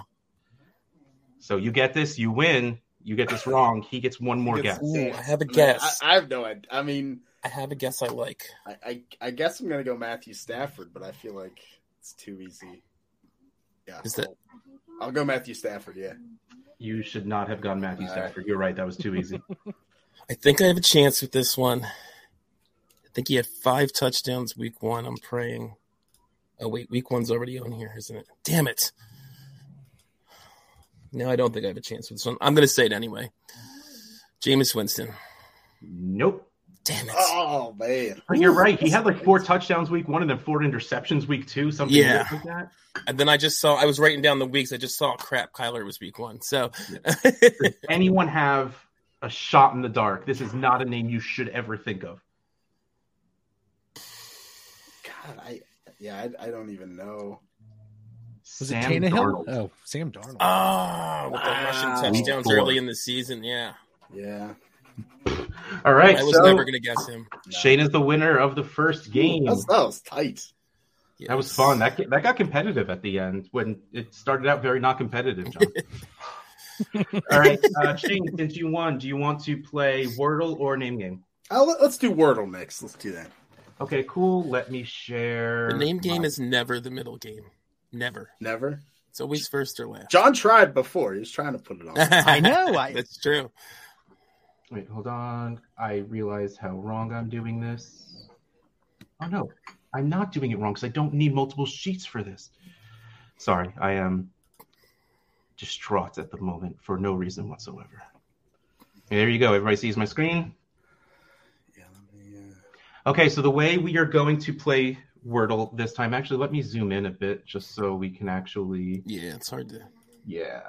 [SPEAKER 4] So you get this, you win. You get this wrong, he gets one more
[SPEAKER 7] gets-
[SPEAKER 4] guess.
[SPEAKER 5] Ooh, I have a
[SPEAKER 7] I mean,
[SPEAKER 5] guess.
[SPEAKER 7] I, I have no idea. I mean,
[SPEAKER 5] I have a guess I like.
[SPEAKER 7] I, I, I guess I'm gonna go Matthew Stafford, but I feel like it's too easy. Yeah,
[SPEAKER 5] Is that-
[SPEAKER 7] I'll- I'll go Matthew Stafford. Yeah,
[SPEAKER 4] You should not have gone Matthew
[SPEAKER 7] All
[SPEAKER 4] Stafford. You're right. That was too [LAUGHS] easy.
[SPEAKER 5] I think I have a chance with this one. I think he had five touchdowns week one. I'm praying. Oh wait, week one's already on here, isn't it? Damn it. No, I don't think I have a chance with this one. I'm gonna say it anyway. Jameis Winston.
[SPEAKER 4] nope.
[SPEAKER 5] Damn it.
[SPEAKER 7] Oh man,
[SPEAKER 4] But you're right. He had like four touchdowns week one and then four interceptions week two, something
[SPEAKER 5] Yeah.
[SPEAKER 4] like that.
[SPEAKER 5] And then I just saw I was writing down the weeks. I just saw crap, Kyler was week one. So
[SPEAKER 4] Anyone have a shot in the dark? This is not a name you should ever think of.
[SPEAKER 7] God, I yeah, I, I don't even know.
[SPEAKER 6] Was it
[SPEAKER 4] Sam
[SPEAKER 6] Tannehill?
[SPEAKER 4] Darnold. Uh,
[SPEAKER 6] Oh, Sam Darnold.
[SPEAKER 5] [LAUGHS] Ah, with the
[SPEAKER 7] Wow.
[SPEAKER 5] rushing touchdowns
[SPEAKER 4] Week four.
[SPEAKER 5] early in the season, yeah.
[SPEAKER 7] Yeah,
[SPEAKER 4] All right.
[SPEAKER 5] I was
[SPEAKER 4] so
[SPEAKER 5] never gonna guess him.
[SPEAKER 4] Shane is the winner of the first game.
[SPEAKER 7] that was, that was tight.
[SPEAKER 5] Yes.
[SPEAKER 4] That was fun. That that got competitive at the end when it started out very not competitive, John.
[SPEAKER 6] [LAUGHS]
[SPEAKER 4] All right, uh, Shane, since you won, do you want to play Wordle or Name Game?
[SPEAKER 7] I'll, Uh, let's do Wordle next. Let's do that.
[SPEAKER 4] Okay, cool. Let me share.
[SPEAKER 5] The name game
[SPEAKER 4] my-
[SPEAKER 5] is never the middle game. Never.
[SPEAKER 7] Never.
[SPEAKER 5] It's always first or last.
[SPEAKER 7] John tried before. He was trying to put
[SPEAKER 5] [LAUGHS]
[SPEAKER 7] it
[SPEAKER 6] [LAUGHS]
[SPEAKER 7] on.
[SPEAKER 6] I know,
[SPEAKER 4] [LAUGHS]
[SPEAKER 6] I-
[SPEAKER 5] That's true.
[SPEAKER 4] Wait, hold on. I realize how wrong I'm doing this. Oh no, I'm not doing it wrong because I don't need multiple sheets for this. Sorry, I am distraught at the moment for no reason whatsoever. There you go. Everybody sees my screen.
[SPEAKER 7] yeah, let me, uh,
[SPEAKER 4] Okay, so the way we are going to play Wordle this time, actually, let me zoom in a bit just so we can actually.
[SPEAKER 5] Yeah, it's hard to.
[SPEAKER 4] Yeah.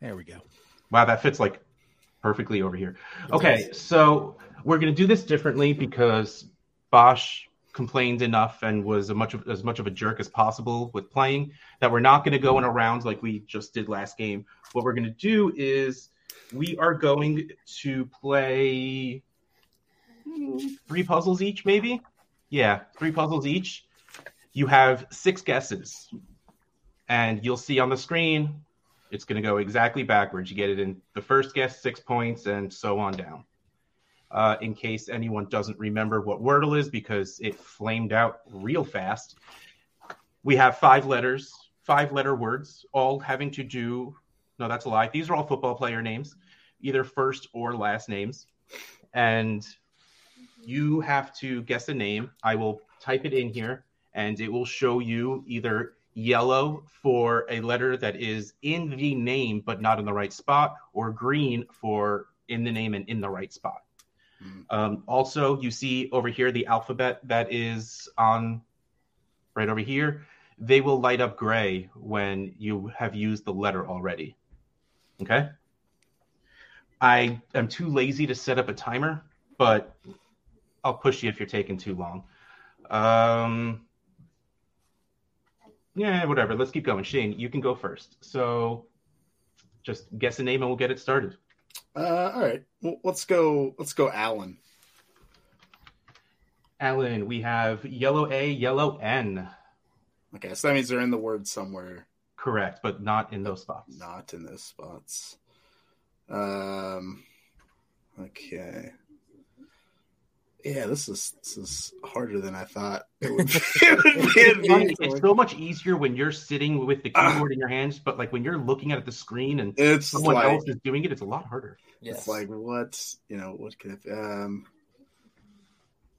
[SPEAKER 6] There we go.
[SPEAKER 4] Wow, that fits like perfectly over here. Okay, so we're going to do this differently because Bosch complained enough and was a much of, as much of a jerk as possible with playing that we're not going to go in a round like we just did last game. What we're going to do is we are going to play hmm, three puzzles each, maybe. Yeah, three puzzles each. You have six guesses, and you'll see on the screen it's going to go exactly backwards. You get it in the first guess, six points, and so on down. Uh, in case anyone doesn't remember what Wordle is, because it flamed out real fast, we have five letters, five letter words, all having to do. No, that's a lie. These are all football player names, either first or last names. And you have to guess a name. I will type it in here and it will show you either yellow for a letter that is in the name but not in the right spot, or green for in the name and in the right spot.
[SPEAKER 7] Hmm.
[SPEAKER 4] Um, also, you see over here the alphabet that is on right over here. They will light up gray when you have used the letter already. Okay. I am too lazy to set up a timer, but I'll push you if you're taking too long. Um, yeah, whatever. Let's keep going. Shane, you can go first. So just guess a name and we'll get it started.
[SPEAKER 7] uh, all right. Well, let's go. Let's go, Allen.
[SPEAKER 4] Alan, we have yellow A, yellow N.
[SPEAKER 7] Okay, so that means they're in the word somewhere,
[SPEAKER 4] Correct, but not in those spots.
[SPEAKER 7] not in those spots. Um. Okay. Yeah, this is this is harder than I thought.
[SPEAKER 5] [LAUGHS]
[SPEAKER 7] It would be. It would
[SPEAKER 4] It's,
[SPEAKER 7] be
[SPEAKER 4] fun-
[SPEAKER 7] It's,
[SPEAKER 4] it's so much easier when you're sitting with the
[SPEAKER 7] Ah.
[SPEAKER 4] keyboard in your hands, but like when you're looking at the screen and someone
[SPEAKER 7] like
[SPEAKER 4] else is doing it, it's a lot harder.
[SPEAKER 5] Yes.
[SPEAKER 7] it's like what you know what could it be? um.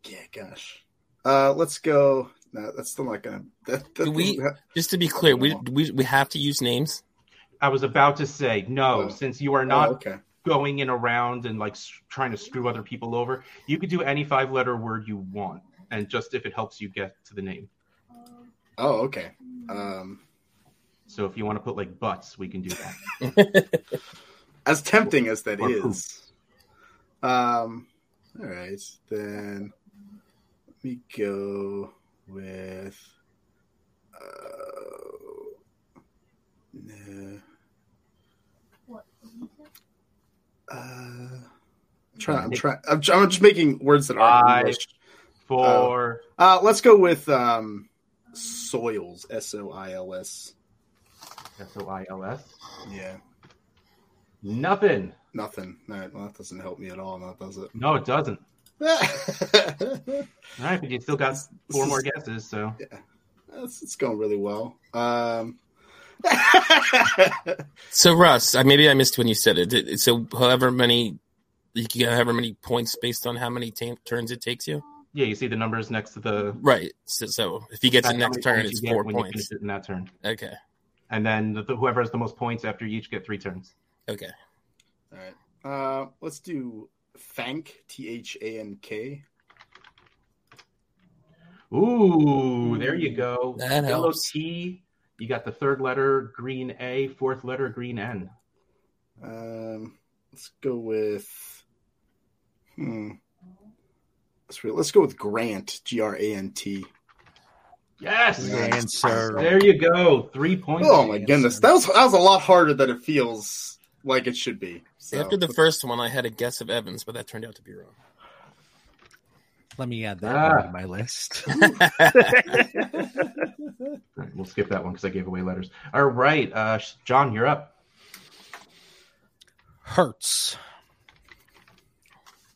[SPEAKER 7] Yeah, gosh. Uh, let's go. No, that's still not gonna. That, that,
[SPEAKER 5] Do we- Just to be clear, we, we we have to use names.
[SPEAKER 4] I was about to say, no,
[SPEAKER 7] Oh.
[SPEAKER 4] since you are
[SPEAKER 7] Oh,
[SPEAKER 4] not
[SPEAKER 7] okay.
[SPEAKER 4] going in around and like s- trying to screw other people over, you could do any five letter word you want. And just if it helps you get to the name.
[SPEAKER 7] Oh, okay. Um,
[SPEAKER 4] So if you want to put like butts, we can do
[SPEAKER 7] [LAUGHS]
[SPEAKER 4] that.
[SPEAKER 7] as tempting as that
[SPEAKER 4] Or
[SPEAKER 7] is, Um, all right, then let me go with. Uh, no. Uh, try, I'm trying. I'm, try- I'm just making words that aren't
[SPEAKER 4] Five.
[SPEAKER 7] English.
[SPEAKER 4] Four.
[SPEAKER 7] Uh, let's go with um, soils. S O I L S.
[SPEAKER 4] S O I L S.
[SPEAKER 7] Yeah.
[SPEAKER 4] Nothing.
[SPEAKER 7] Nothing. All right. Well, that doesn't help me at all. That does it.
[SPEAKER 4] No, it doesn't.
[SPEAKER 7] [LAUGHS] That's-
[SPEAKER 4] All right, but you still got four more guesses, so
[SPEAKER 7] it's going really well. Um, [LAUGHS]
[SPEAKER 5] So Russ, I, maybe I missed when you said it. Did- So however many you can get however many points based on how many ta- turns it takes you.
[SPEAKER 4] yeah, you see the numbers next to the.
[SPEAKER 5] Right. So, so if you get to
[SPEAKER 4] that's
[SPEAKER 5] the
[SPEAKER 4] how many
[SPEAKER 5] next turn,
[SPEAKER 4] points
[SPEAKER 5] it's
[SPEAKER 4] you get
[SPEAKER 5] four
[SPEAKER 4] when you finish
[SPEAKER 5] points.
[SPEAKER 4] it in that turn,
[SPEAKER 5] Okay.
[SPEAKER 4] and then the, whoever has the most points after you each get three turns.
[SPEAKER 5] Okay.
[SPEAKER 7] all right. Uh, let's do thank. T H A N K.
[SPEAKER 4] Ooh, there you go.
[SPEAKER 5] That
[SPEAKER 4] Yellow
[SPEAKER 5] helps.
[SPEAKER 4] T. You got the third letter green A, fourth letter green N.
[SPEAKER 7] Um, let's go with. Hmm. Let's, re- let's go with Grant. G R A N T.
[SPEAKER 4] Yes,
[SPEAKER 7] Yeah.
[SPEAKER 6] Answer.
[SPEAKER 4] there you go. Three points.
[SPEAKER 7] Oh my goodness, that was that was a lot harder than it feels like it should be. So,
[SPEAKER 5] After the first one, I had a guess of Evans, but that turned out to be wrong.
[SPEAKER 6] Let me add that
[SPEAKER 4] Ah.
[SPEAKER 6] one to
[SPEAKER 4] [LAUGHS]
[SPEAKER 6] my list.
[SPEAKER 4] All right, we'll skip that one because I gave away letters. All right, uh, Sh- John, you're up.
[SPEAKER 6] Hertz.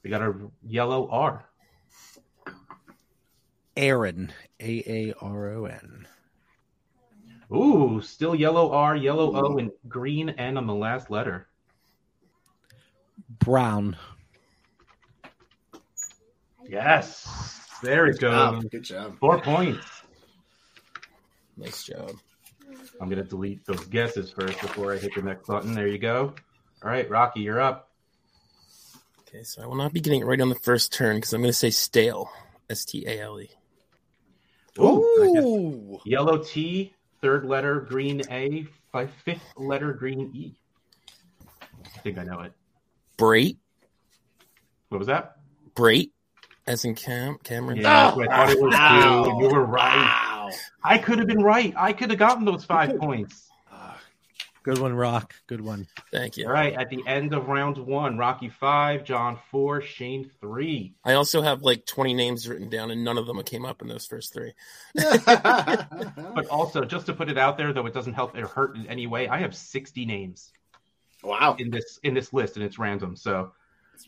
[SPEAKER 4] We got a yellow R.
[SPEAKER 6] Aaron. A A R O N.
[SPEAKER 4] Ooh, still yellow R, yellow O, and green N on the last letter.
[SPEAKER 6] Brown.
[SPEAKER 4] Yes, there it
[SPEAKER 7] Wow,
[SPEAKER 4] goes.
[SPEAKER 7] good job.
[SPEAKER 4] Four points.
[SPEAKER 5] Nice job.
[SPEAKER 4] I'm gonna delete those guesses first before I hit the next button. There you go. All right, Rocky, you're up.
[SPEAKER 5] Okay, so I will not be getting it right on the first turn because I'm going to say stale. S T A L E.
[SPEAKER 4] Ooh, I guess
[SPEAKER 7] Ooh.
[SPEAKER 4] Yellow T, third letter, green A, fi- fifth letter, green E. I think I know it.
[SPEAKER 5] Brait.
[SPEAKER 4] What was that?
[SPEAKER 5] Brait. As in Cam Cameron.
[SPEAKER 4] Yeah, that's what I thought it was
[SPEAKER 7] Wow.
[SPEAKER 4] two. You were right.
[SPEAKER 7] Wow.
[SPEAKER 4] I could have been right. I could have gotten those five points.
[SPEAKER 6] Good one, Rock. Good one.
[SPEAKER 5] Thank you.
[SPEAKER 4] All right, at the end of round one, Rocky five, John four, Shane three.
[SPEAKER 5] I also have like 20 names written down, and none of them came up in those first three.
[SPEAKER 4] But also, just to put it out there, though it doesn't help or hurt in any way, I have sixty names
[SPEAKER 7] [LAUGHS] wow.
[SPEAKER 4] in this in this list, and it's random. So,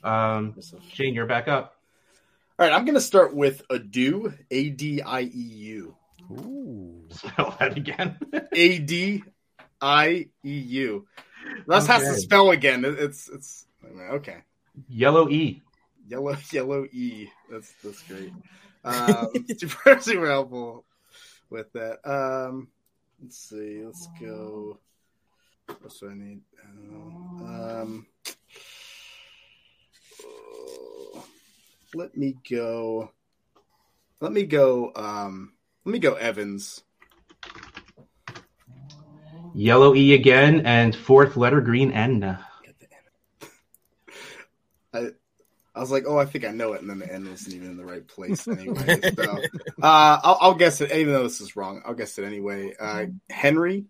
[SPEAKER 4] um, Shane, you're back up. [LAUGHS]
[SPEAKER 7] All right, I'm going to start with Adu, A D I E U.
[SPEAKER 6] Ooh.
[SPEAKER 4] Spell that again. [LAUGHS]
[SPEAKER 7] A D I E U. Russ has to
[SPEAKER 4] Okay.
[SPEAKER 7] spell again. It- It's it's okay.
[SPEAKER 4] Yellow E.
[SPEAKER 7] Yellow [LAUGHS] yellow E. That's that's great. Um, super super helpful with that. Um, let's see. Let's go. What do I need? Um, oh, let me go. Let me go. Um, let me go. Evans.
[SPEAKER 4] Yellow E again, and fourth letter green N.
[SPEAKER 7] I was like, oh, I think I know it, and then the end wasn't even in the right place anyway. so uh, I'll, I'll guess it, even though this is wrong. I'll guess it anyway. Uh, Henry.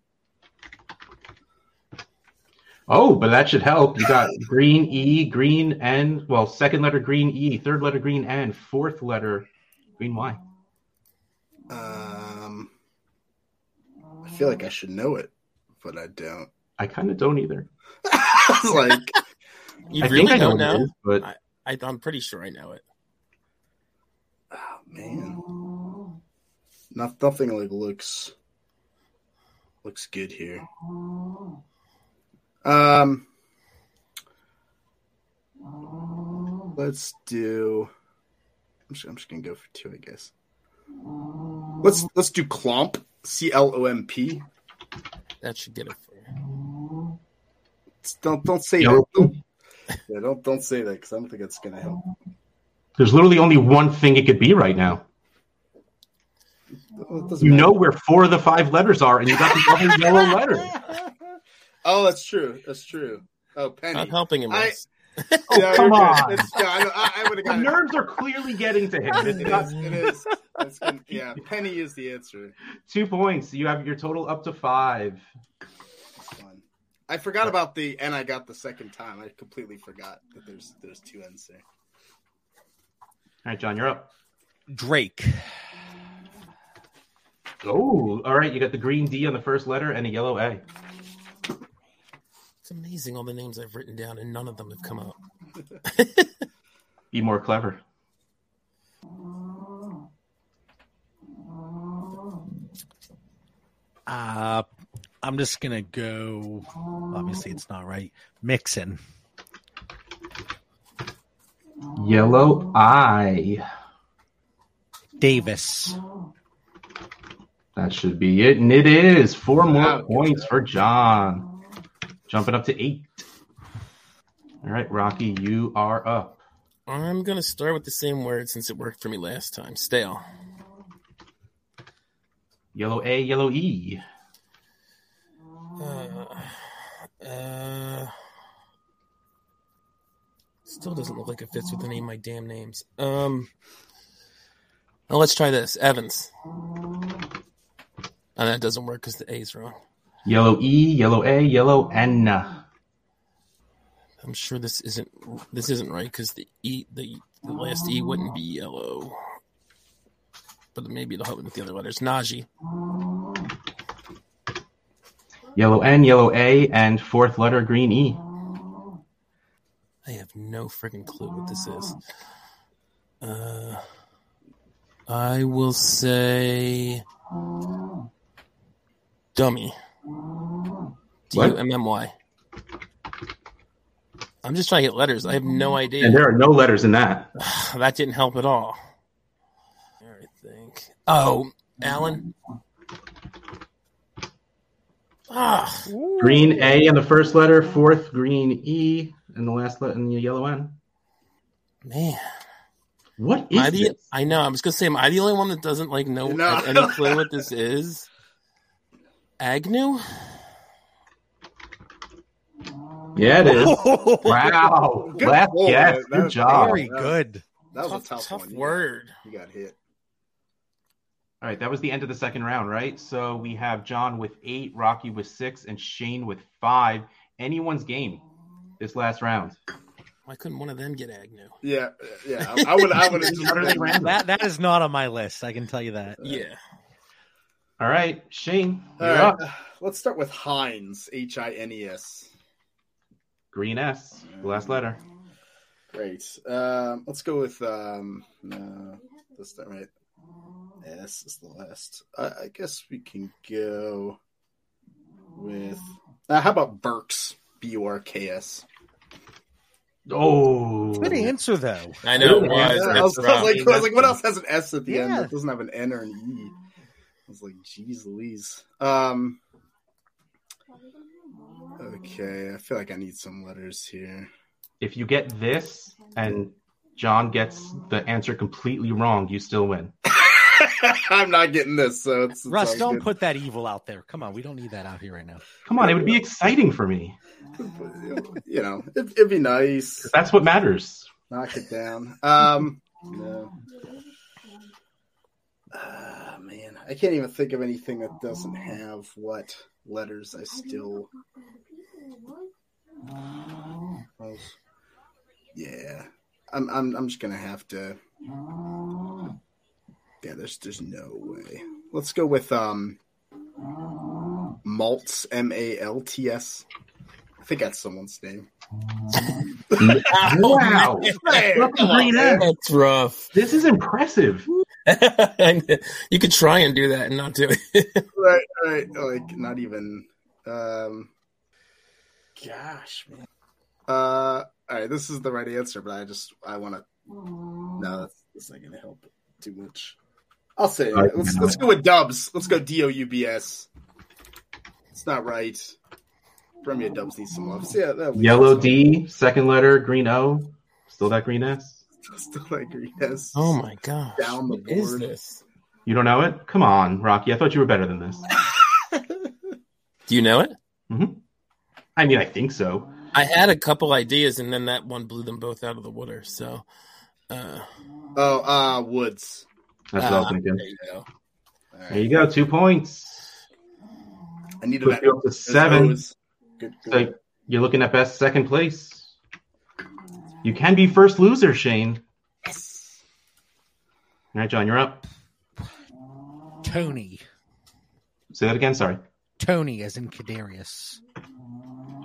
[SPEAKER 4] Oh, but that should help. You [LAUGHS] got green E, green N. Well, second letter green E, third letter green N, fourth letter green Y.
[SPEAKER 7] Um, I feel like I should know it, but I don't. [LAUGHS]
[SPEAKER 4] I kind of don't either.
[SPEAKER 7] I was like,
[SPEAKER 5] You
[SPEAKER 4] I
[SPEAKER 5] really
[SPEAKER 4] think I
[SPEAKER 5] don't
[SPEAKER 4] know, what it
[SPEAKER 5] know?
[SPEAKER 4] is, but
[SPEAKER 5] I, I'm pretty sure I know it.
[SPEAKER 7] oh man, Not, nothing like looks looks good here. Um, let's do. I'm just, I'm just gonna go for two, I guess. Let's let's do clomp. C L O M P.
[SPEAKER 5] That should get it for you.
[SPEAKER 7] Don't don't say that.
[SPEAKER 4] Yellow.
[SPEAKER 7] Don't, yeah, don't don't say that because I don't think it's gonna help.
[SPEAKER 4] there's literally only one thing it could be right now.
[SPEAKER 7] Well, Oh, it doesn't
[SPEAKER 4] You
[SPEAKER 7] matter.
[SPEAKER 4] know where four of the five letters are, and you got the other yellow letter.
[SPEAKER 7] Oh, that's true. That's true. Oh, Penny.
[SPEAKER 5] Not helping him.
[SPEAKER 7] I-
[SPEAKER 5] Russ.
[SPEAKER 7] Oh,
[SPEAKER 4] come on.
[SPEAKER 7] I, would have
[SPEAKER 4] The
[SPEAKER 7] got
[SPEAKER 4] nerves are clearly getting to him.
[SPEAKER 7] it.
[SPEAKER 4] It's
[SPEAKER 7] It
[SPEAKER 4] got
[SPEAKER 7] is. It is. It's
[SPEAKER 4] [LAUGHS]
[SPEAKER 7] gonna- yeah, Penny is the answer.
[SPEAKER 4] two points. You have your total up to five.
[SPEAKER 7] Fun. I forgot about the and I got the second time. I completely forgot that there's there's two ends there.
[SPEAKER 4] All right, John, you're up.
[SPEAKER 6] Drake.
[SPEAKER 4] Oh, all right. You got the green D on the first letter and a yellow A.
[SPEAKER 5] It's amazing all the names I've written down and none of them have come up.
[SPEAKER 4] Be more clever.
[SPEAKER 6] Uh, I'm just gonna go. Obviously, it's not right. Mixon.
[SPEAKER 4] Yellow I.
[SPEAKER 6] Davis.
[SPEAKER 4] That should be it. And it is four more
[SPEAKER 7] Wow, good
[SPEAKER 4] points for John. Jumping up to eight. All right, Rocky, you are up.
[SPEAKER 5] I'm going to start with the same word since it worked for me last time. Stale.
[SPEAKER 4] Yellow A, yellow E.
[SPEAKER 5] Uh, uh, still doesn't look like it fits with any of my damn names. Um, now let's try this. Evans. Oh, that doesn't work because the A is wrong.
[SPEAKER 4] Yellow E, yellow A, yellow N.
[SPEAKER 5] I'm sure this isn't this isn't right because the E the, the last E wouldn't be yellow, but maybe it'll help with the other letters. Najee.
[SPEAKER 4] Yellow N, yellow A, and fourth letter green E.
[SPEAKER 5] I have no freaking clue what this is. Uh, I will say dummy. D
[SPEAKER 4] What?
[SPEAKER 5] U M M Y. I'm just trying to get letters. I have no idea.
[SPEAKER 4] And there are no letters in that.
[SPEAKER 5] [SIGHS] that didn't help at all. I think. Oh, Alan. Ah,
[SPEAKER 4] Green A in the first letter, fourth green E, and the last letter in the yellow N.
[SPEAKER 5] man.
[SPEAKER 4] What
[SPEAKER 5] Am I,
[SPEAKER 4] is
[SPEAKER 5] the-
[SPEAKER 4] this?
[SPEAKER 5] I know. I was gonna say, am I the only one that doesn't like know
[SPEAKER 7] No.
[SPEAKER 5] have any clue what this is? Agnew.
[SPEAKER 4] Yeah, it
[SPEAKER 6] [LAUGHS]
[SPEAKER 7] [LAUGHS]
[SPEAKER 4] is.
[SPEAKER 7] Wow. Good
[SPEAKER 4] Last
[SPEAKER 7] boy.
[SPEAKER 4] guess.
[SPEAKER 7] That
[SPEAKER 4] Good
[SPEAKER 7] was
[SPEAKER 4] job.
[SPEAKER 6] Very good.
[SPEAKER 7] That was
[SPEAKER 5] tough,
[SPEAKER 7] a tough,
[SPEAKER 5] tough
[SPEAKER 7] one. You got-
[SPEAKER 5] word.
[SPEAKER 7] You got hit.
[SPEAKER 4] All right, that was the end of the second round, right? So we have John with eight, Rocky with six, and Shane with five. Anyone's game this last round.
[SPEAKER 5] Why couldn't one of them get Agnew?
[SPEAKER 7] Yeah, yeah. I, I would. I
[SPEAKER 4] [LAUGHS]
[SPEAKER 7] would have
[SPEAKER 4] It's utterly
[SPEAKER 7] just.
[SPEAKER 4] random.
[SPEAKER 6] That that is not on my list. I can tell you that.
[SPEAKER 5] Yeah.
[SPEAKER 4] All right, Shane,
[SPEAKER 7] All
[SPEAKER 4] you're
[SPEAKER 7] right,
[SPEAKER 4] up.
[SPEAKER 7] let's start with Hines. H I N E S.
[SPEAKER 4] Green S, the last letter.
[SPEAKER 7] Great. Um, let's go with um, no, this time right. S is the last. I, I guess we can go with. Uh, how about Burks? B U R K S.
[SPEAKER 4] Oh,
[SPEAKER 6] Good answer though.
[SPEAKER 5] I know. It
[SPEAKER 7] I
[SPEAKER 5] was.
[SPEAKER 7] was,
[SPEAKER 5] That's rough.
[SPEAKER 7] like, I was like, what else has an S at the end
[SPEAKER 6] Yeah.
[SPEAKER 7] that doesn't have an N or an E? I was like, geez, Louise. Um, okay, I feel like I need some letters here. [LAUGHS]
[SPEAKER 4] if you get this and John gets the answer completely wrong, you still win.
[SPEAKER 7] I'm not getting this, so it's, it's
[SPEAKER 6] Russ,
[SPEAKER 7] all
[SPEAKER 6] don't
[SPEAKER 7] good.
[SPEAKER 6] put that evil out there. Come on, we don't need that out here right now.
[SPEAKER 4] Come on, it would be exciting for me.
[SPEAKER 7] you know, it, it'd be nice.
[SPEAKER 4] That's what matters.
[SPEAKER 7] Knock it down. Um, no. Ah, man, I can't even think of anything that doesn't have what letters I still. Yeah, I'm. I'm. I'm just gonna have to. Yeah, there's. There's no way. Let's go with um. Maltz, M A L T S. I think that's someone's name.
[SPEAKER 4] Wow,
[SPEAKER 5] That's rough. [LAUGHS]
[SPEAKER 4] this is impressive.
[SPEAKER 5] you could try and do that and not do it.
[SPEAKER 7] right, right. Like not even. Um, gosh, man. Uh, all right, this is the right answer, but I just I want to. No, that's, that's not gonna help too much. I'll say it. let's let's go with Dubs. Let's go D O U B S. It's not right. Premier Dubs needs some love. So, yeah, that
[SPEAKER 4] Yellow
[SPEAKER 7] [LAUGHS]
[SPEAKER 4] D, second letter, green O. Still that green S?
[SPEAKER 7] Still like yes.
[SPEAKER 5] oh my gosh.
[SPEAKER 7] Down the
[SPEAKER 5] What is
[SPEAKER 7] board.
[SPEAKER 5] this?
[SPEAKER 4] You don't know it? Come on, Rocky. I thought you were better than this.
[SPEAKER 5] Do you know it?
[SPEAKER 4] I mean, I think so.
[SPEAKER 5] I had a couple ideas and then that one blew them both out of the water. So, uh,
[SPEAKER 7] Oh, uh, Woods.
[SPEAKER 4] That's what I
[SPEAKER 5] ah,
[SPEAKER 4] was thinking.
[SPEAKER 5] there you go.
[SPEAKER 7] All
[SPEAKER 4] There
[SPEAKER 7] right.
[SPEAKER 4] you go, two points.
[SPEAKER 7] I needed
[SPEAKER 4] Put
[SPEAKER 7] that.
[SPEAKER 4] you up to seven.
[SPEAKER 7] O's. Good, good.
[SPEAKER 4] So you're looking at best second place. You can be first loser, Shane. All right, John, you're up.
[SPEAKER 6] Tony.
[SPEAKER 4] Say that again. Sorry.
[SPEAKER 6] Tony, as in Kadarius.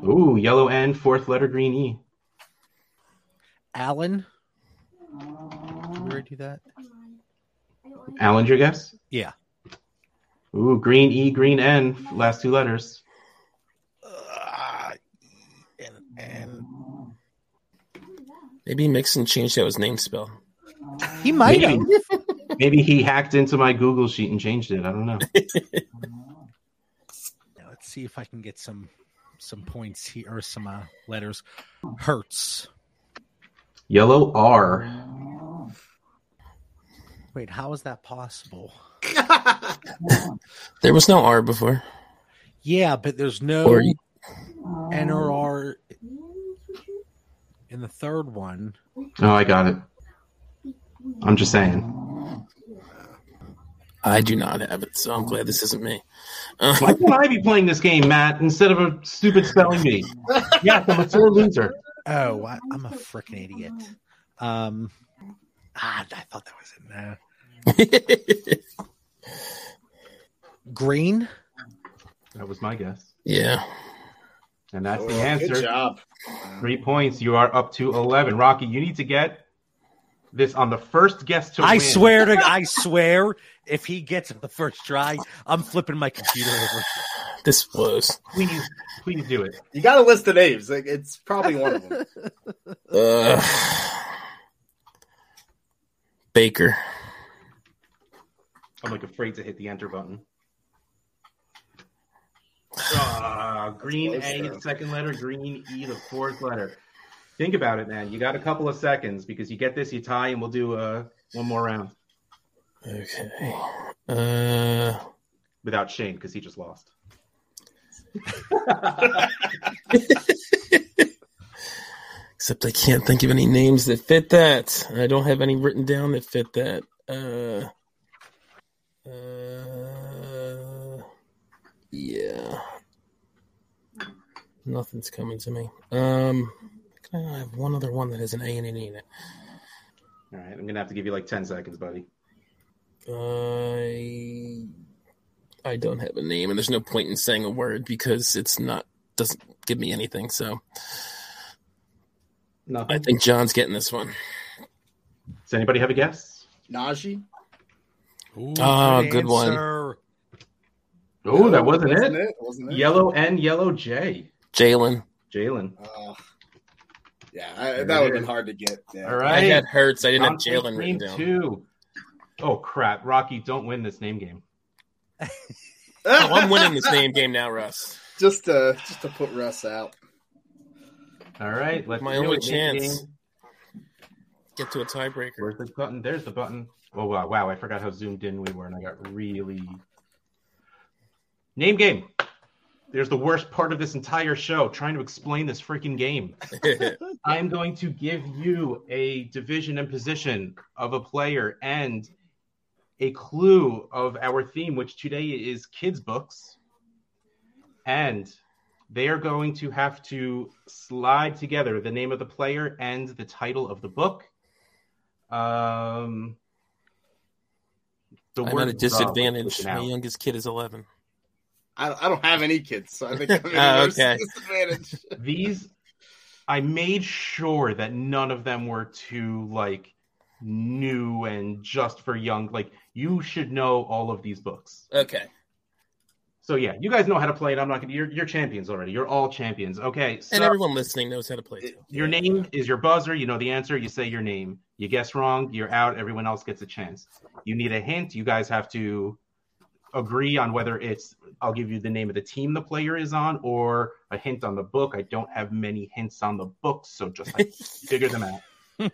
[SPEAKER 4] Ooh, yellow N, fourth letter, green E.
[SPEAKER 6] Alan. Did we already do that?
[SPEAKER 4] Alan, your guess?
[SPEAKER 6] Yeah.
[SPEAKER 4] Ooh, green E, green N, last two letters.
[SPEAKER 6] Uh, and, and
[SPEAKER 5] Maybe Mixon changed out his name spell.
[SPEAKER 6] he might have.
[SPEAKER 4] Maybe he hacked into my Google sheet and changed it. I don't know.
[SPEAKER 6] Now, let's see if I can get some some points here or some uh, letters. Hertz.
[SPEAKER 4] Yellow R.
[SPEAKER 6] Wait, how is that possible?
[SPEAKER 5] There was no R before.
[SPEAKER 6] Yeah, but there's no
[SPEAKER 5] Or
[SPEAKER 6] NRR in the third one.
[SPEAKER 4] Oh, I got it. I'm just saying.
[SPEAKER 5] I do not have it, so I'm glad this isn't me. [LAUGHS]
[SPEAKER 4] Why can't I be playing this game, Matt, instead of a stupid spelling bee? Yes, I'm a sore loser.
[SPEAKER 6] Oh, I, I'm a freaking idiot. Um, ah, I thought that was in there. Green.
[SPEAKER 4] That was my guess.
[SPEAKER 5] yeah.
[SPEAKER 4] And that's the
[SPEAKER 7] Oh, Good
[SPEAKER 4] answer.
[SPEAKER 7] job.
[SPEAKER 4] Three points. You are up to 11. Rocky, you need to get this on the first guess to
[SPEAKER 6] I
[SPEAKER 4] win.
[SPEAKER 6] swear to I swear, if he gets it the first try, I'm flipping my computer over.
[SPEAKER 5] This blows.
[SPEAKER 4] Please, please do it.
[SPEAKER 7] You got to list the names. Like, it's probably one of [LAUGHS] them.
[SPEAKER 5] Uh, Baker.
[SPEAKER 4] I'm like afraid to hit the enter button. Ah, green
[SPEAKER 7] That's
[SPEAKER 4] A,
[SPEAKER 7] close,
[SPEAKER 4] the
[SPEAKER 7] though.
[SPEAKER 4] second letter, green E, the fourth letter. Think about it, man. You got a couple of seconds because you get this, you tie, and we'll do uh, one more round
[SPEAKER 5] Okay. Uh,
[SPEAKER 4] without Shane because he just lost.
[SPEAKER 5] except I can't think of any names that fit that. I don't have any written down that fit that. Uh, uh, yeah. Nothing's coming to me. Um, can I have one other one that has an A and an E in it?
[SPEAKER 4] All right, I'm gonna have to give you like ten seconds, buddy.
[SPEAKER 5] I I don't have a name, and there's no point in saying a word because it's not doesn't give me anything. So
[SPEAKER 4] No.
[SPEAKER 5] I think John's getting this one.
[SPEAKER 4] Does anybody have a guess?
[SPEAKER 7] Najee?
[SPEAKER 6] Ooh,
[SPEAKER 5] Ah, good one.
[SPEAKER 6] answer.
[SPEAKER 4] Oh, that wasn't
[SPEAKER 7] Wasn't
[SPEAKER 4] it.
[SPEAKER 7] it? Wasn't it?
[SPEAKER 4] Yellow N, yellow J.
[SPEAKER 5] Jalen,
[SPEAKER 4] Jalen.
[SPEAKER 7] Oh. yeah, I, that would have been hard to get. Yeah.
[SPEAKER 4] All
[SPEAKER 5] I
[SPEAKER 4] right.
[SPEAKER 5] had Hurts. I didn't
[SPEAKER 4] John
[SPEAKER 5] have
[SPEAKER 4] takes
[SPEAKER 5] Jalen
[SPEAKER 4] game
[SPEAKER 5] written down.
[SPEAKER 4] two. Oh crap, Rocky! Don't win this name game.
[SPEAKER 5] Oh, I'm winning this name game now, Russ.
[SPEAKER 7] just to just to put Russ out.
[SPEAKER 4] All right, let's
[SPEAKER 5] My
[SPEAKER 4] do
[SPEAKER 5] only
[SPEAKER 4] it. Name
[SPEAKER 5] chance.
[SPEAKER 4] game.
[SPEAKER 5] Get to a tiebreaker.
[SPEAKER 4] [LAUGHS]
[SPEAKER 5] [LAUGHS]
[SPEAKER 4] Where's the button? There's the button. Oh wow, wow! I forgot how zoomed in we were, and I got really name game. There's the worst part of this entire show, trying to explain this freaking game. I'm going to give you a division and position of a player and a clue of our theme, which today is kids' books. And they are going to have to slide together the name of the player and the title of the book. Um, the
[SPEAKER 5] I'm
[SPEAKER 4] word
[SPEAKER 5] at a
[SPEAKER 4] love
[SPEAKER 5] disadvantage.
[SPEAKER 4] is
[SPEAKER 5] My
[SPEAKER 4] out.
[SPEAKER 5] youngest kid is 11.
[SPEAKER 7] I, I don't have any kids, so I think [LAUGHS] I'm
[SPEAKER 5] Oh,
[SPEAKER 7] at a
[SPEAKER 5] okay.
[SPEAKER 7] disadvantage. [LAUGHS]
[SPEAKER 4] these i made sure that none of them were too like new and just for young like you should know all of these books
[SPEAKER 5] Okay.
[SPEAKER 4] so yeah you guys know how to play it i'm not gonna you're, you're champions already you're all champions okay so
[SPEAKER 5] And everyone listening knows how to play. Too.
[SPEAKER 4] your name is your buzzer you know the answer you say your name you guess wrong you're out everyone else gets a chance you need a hint you guys have to agree on whether it's i'll give you the name of the team the player is on or a hint on the book i don't have many hints on the book so just like, figure them out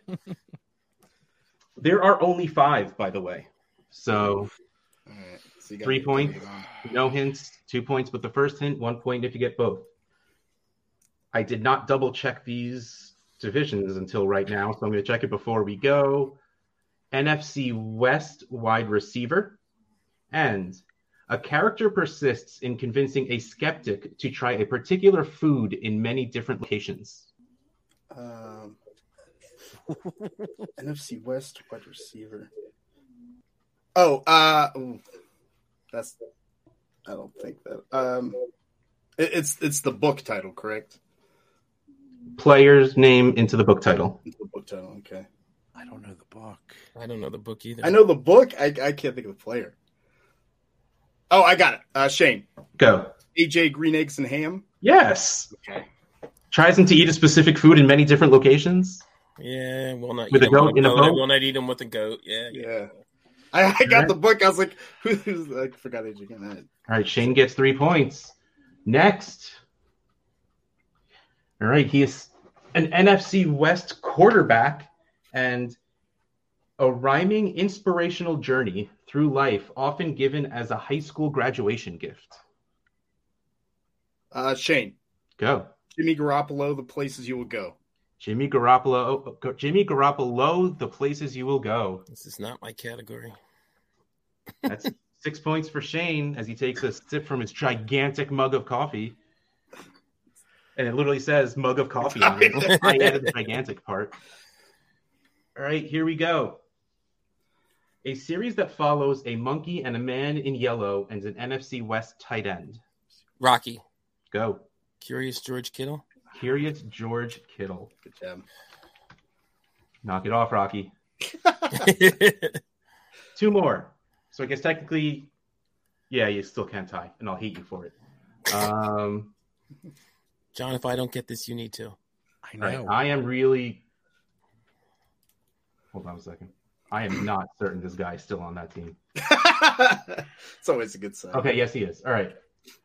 [SPEAKER 4] there are only five by the way so
[SPEAKER 7] All right, so you got
[SPEAKER 4] Three
[SPEAKER 7] me
[SPEAKER 4] points.
[SPEAKER 7] thinking on-
[SPEAKER 4] no hints, two points with the first hint, one point if you get both. I did not double check these divisions until right now, so I'm going to check it before we go. NFC West wide receiver and A character persists in convincing a skeptic to try a particular food in many different locations.
[SPEAKER 7] [LAUGHS] Um, NFC West wide receiver. Oh, uh, ooh, that's. I don't think that. Um, it, it's it's the book title, correct?
[SPEAKER 4] Player's name into the book title.
[SPEAKER 7] It's the book title. Okay.
[SPEAKER 6] I don't know the book.
[SPEAKER 5] I don't know the book either.
[SPEAKER 7] I know the book. I I can't think of the player. Oh, I got it. Uh, Shane.
[SPEAKER 4] Go.
[SPEAKER 7] AJ Green Eggs and Ham.
[SPEAKER 4] Yes.
[SPEAKER 7] Okay.
[SPEAKER 4] Tries him to eat a specific food in many different locations.
[SPEAKER 5] Yeah, will not
[SPEAKER 4] With
[SPEAKER 5] eat
[SPEAKER 4] a goat
[SPEAKER 5] them.
[SPEAKER 4] in a
[SPEAKER 5] No, they
[SPEAKER 4] boat?
[SPEAKER 5] will not eat them with a goat. Yeah, yeah.
[SPEAKER 7] Yeah. I, I got the book. I was like, who's? I forgot AJ Green. Eggs.
[SPEAKER 4] All right, Shane gets three points. Next. All right, he is an NFC West quarterback and a rhyming inspirational journey through life, often given as a high school graduation gift.
[SPEAKER 7] Uh, Shane.
[SPEAKER 4] Go.
[SPEAKER 7] Jimmy Garoppolo. The places you will go.
[SPEAKER 4] Jimmy Garoppolo, oh, Jimmy Garoppolo, the places you will go.
[SPEAKER 5] This is not my category.
[SPEAKER 4] That's six points for Shane as he takes a sip from his gigantic mug of coffee. And it literally says mug of coffee. on it. I added the gigantic part. All right, here we go. A series that follows a monkey and a man in yellow and an NFC West tight end.
[SPEAKER 5] Rocky,
[SPEAKER 4] Go.
[SPEAKER 5] Curious George Kittle.
[SPEAKER 4] Curious George Kittle.
[SPEAKER 7] Good job. [LAUGHS]
[SPEAKER 4] Knock it off, Rocky. Two more. So I guess technically, yeah, you still can't tie, and I'll hate you for it. Um,
[SPEAKER 5] John, if I don't get this, you need to.
[SPEAKER 6] I
[SPEAKER 4] All right,
[SPEAKER 6] know.
[SPEAKER 4] I am really. Hold on a second. I am not certain this guy is still on that team.
[SPEAKER 7] it's always a good sign.
[SPEAKER 4] Okay, yes, he is. All right.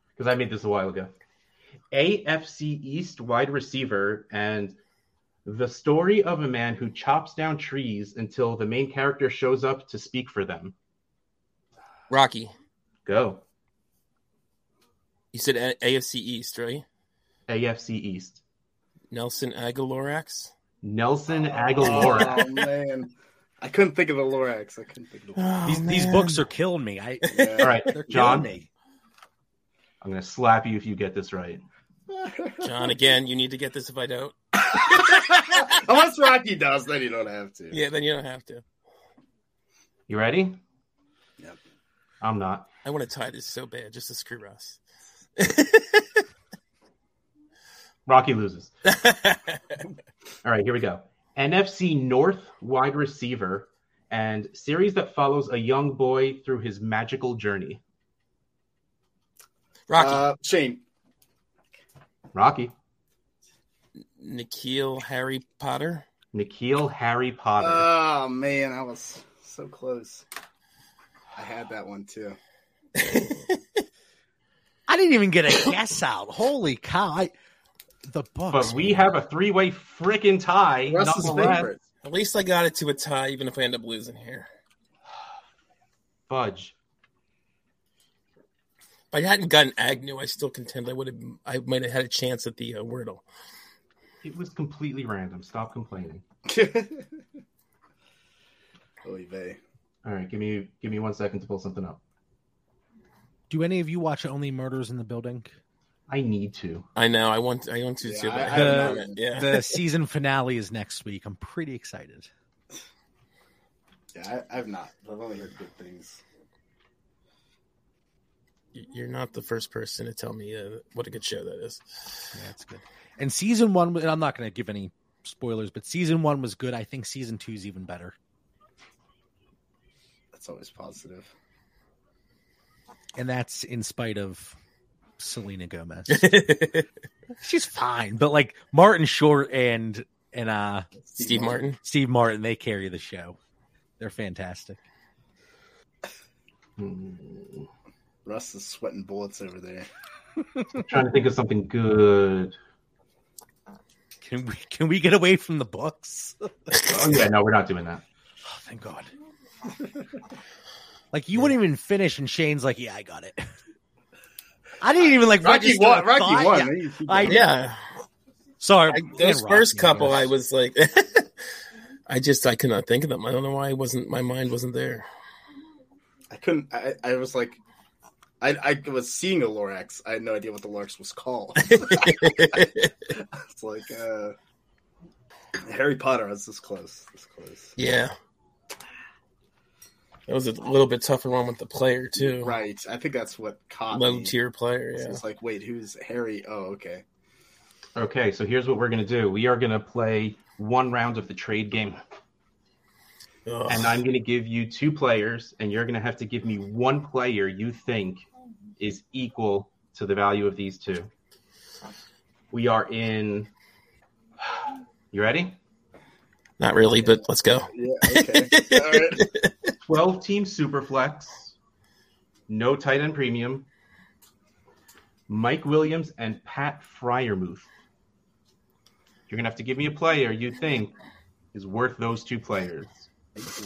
[SPEAKER 4] Because I made this a while ago. AFC East wide receiver and the story of a man who chops down trees until the main character shows up to speak for them.
[SPEAKER 5] Rocky,
[SPEAKER 4] Go.
[SPEAKER 5] you said A- AFC East, right?
[SPEAKER 4] AFC East.
[SPEAKER 5] Nelson Aguilorax.
[SPEAKER 4] Nelson Aguilar.
[SPEAKER 7] [LAUGHS] Oh man, I couldn't think of the Lorax. I couldn't think of
[SPEAKER 5] Uh,
[SPEAKER 7] the.
[SPEAKER 4] Oh,
[SPEAKER 6] these these
[SPEAKER 4] [LAUGHS]
[SPEAKER 6] books are killing me. [LAUGHS] I
[SPEAKER 7] Yeah.
[SPEAKER 5] [LAUGHS]
[SPEAKER 4] All right,
[SPEAKER 6] they're
[SPEAKER 4] John,
[SPEAKER 6] killing me.
[SPEAKER 4] I'm going to slap you if you get this right.
[SPEAKER 5] John, again, you need to get this. If I don't,
[SPEAKER 7] [LAUGHS] Unless Rocky does, then you don't have to.
[SPEAKER 5] yeah, then you don't have to.
[SPEAKER 4] You ready?
[SPEAKER 7] Yep.
[SPEAKER 4] I'm not.
[SPEAKER 5] I want to tie this so bad, just to screw
[SPEAKER 7] [LAUGHS]
[SPEAKER 5] Russ.
[SPEAKER 4] Rocky loses. All right, here we go. NFC North wide receiver and series that follows a young boy through his magical journey.
[SPEAKER 5] Rocky,
[SPEAKER 7] Uh, Shane.
[SPEAKER 4] Rocky,
[SPEAKER 5] Nikhil Harry Potter.
[SPEAKER 4] Nikhil Harry Potter.
[SPEAKER 7] Oh man, I was so close. I had that one too.
[SPEAKER 6] I didn't even get a guess out. Holy cow! I the books.
[SPEAKER 4] but we have a three way frickin' tie.
[SPEAKER 7] Russ's
[SPEAKER 4] nonetheless.
[SPEAKER 7] favorite.
[SPEAKER 5] At least I got it to a tie, even if I end up losing here.
[SPEAKER 4] Fudge.
[SPEAKER 5] If I hadn't gotten Agnew, I still contend I would have. I might have had a chance at the uh, Wordle.
[SPEAKER 4] It was completely random. Stop complaining.
[SPEAKER 7] [LAUGHS] Oy vey.
[SPEAKER 4] All right, give me give me one second to pull something up.
[SPEAKER 6] Do any of you watch Only Murders in the Building?
[SPEAKER 4] I need to.
[SPEAKER 5] I know. I want. I want to
[SPEAKER 7] Yeah,
[SPEAKER 5] too. But
[SPEAKER 7] I-
[SPEAKER 5] I,
[SPEAKER 7] I
[SPEAKER 5] haven't
[SPEAKER 6] don't
[SPEAKER 5] done it. Yeah.
[SPEAKER 6] The [LAUGHS] season finale is next week. I'm pretty excited.
[SPEAKER 7] Yeah, I, I've not. I've only heard good things.
[SPEAKER 5] You're not the first person to tell me uh, what a good show that
[SPEAKER 7] [LAUGHS]
[SPEAKER 5] is.
[SPEAKER 6] Yeah, it's good. And season one, and I'm not going to give any spoilers, but season one was good. I think season two is even better.
[SPEAKER 7] That's always positive.
[SPEAKER 6] And that's in spite of Selena Gomez. She's fine, but like Martin Short and and uh
[SPEAKER 5] Steve Martin.
[SPEAKER 6] Steve Martin, they carry the show. They're fantastic.
[SPEAKER 4] Hmm.
[SPEAKER 7] Russ is sweating bullets over there.
[SPEAKER 4] I'm trying to think of something good.
[SPEAKER 6] Can we can we get away from the books? Oh,
[SPEAKER 4] Oh yeah, no, we're not doing that.
[SPEAKER 6] thank God. like you wouldn't even finish, and Shane's like, "Yeah, I got it." I didn't even like
[SPEAKER 7] Rocky
[SPEAKER 6] register
[SPEAKER 7] won.
[SPEAKER 6] a
[SPEAKER 7] Rocky
[SPEAKER 6] thought.
[SPEAKER 7] won.
[SPEAKER 6] Yeah.
[SPEAKER 7] man. You keep
[SPEAKER 6] I-
[SPEAKER 7] going.
[SPEAKER 5] Yeah.
[SPEAKER 6] Sorry,
[SPEAKER 5] I,
[SPEAKER 6] man,
[SPEAKER 5] those
[SPEAKER 6] Rocky,
[SPEAKER 5] first couple,
[SPEAKER 6] guess.
[SPEAKER 5] I was like, [LAUGHS] I just I could not think of them. [LAUGHS] I don't know why I wasn't. My mind wasn't there.
[SPEAKER 7] I couldn't. I, I was like, I, I was seeing a Lorax. I had no idea what the Lorax was called. [LAUGHS] it's like uh, Harry Potter. I was this close. This close.
[SPEAKER 5] yeah. That was a little bit tougher one with the player too.
[SPEAKER 7] Right. I think that's what caught
[SPEAKER 5] Low
[SPEAKER 7] me.
[SPEAKER 5] tier player,
[SPEAKER 7] So
[SPEAKER 5] yeah.
[SPEAKER 7] It's like, wait, who's Harry? Oh, okay.
[SPEAKER 4] Okay, so here's what we're gonna do. We are gonna play one round of the trade game,
[SPEAKER 5] Ugh.
[SPEAKER 4] and I'm gonna give you two players, and you're gonna have to give me one player you think is equal to the value of these two. We are in. You ready?
[SPEAKER 5] Not really, but let's go.
[SPEAKER 7] [LAUGHS] Yeah. Okay. All right.
[SPEAKER 4] 12 team superflex, no tight end premium, Mike Williams and Pat Fryermuth. You're gonna have to give me a player you think is worth those two players.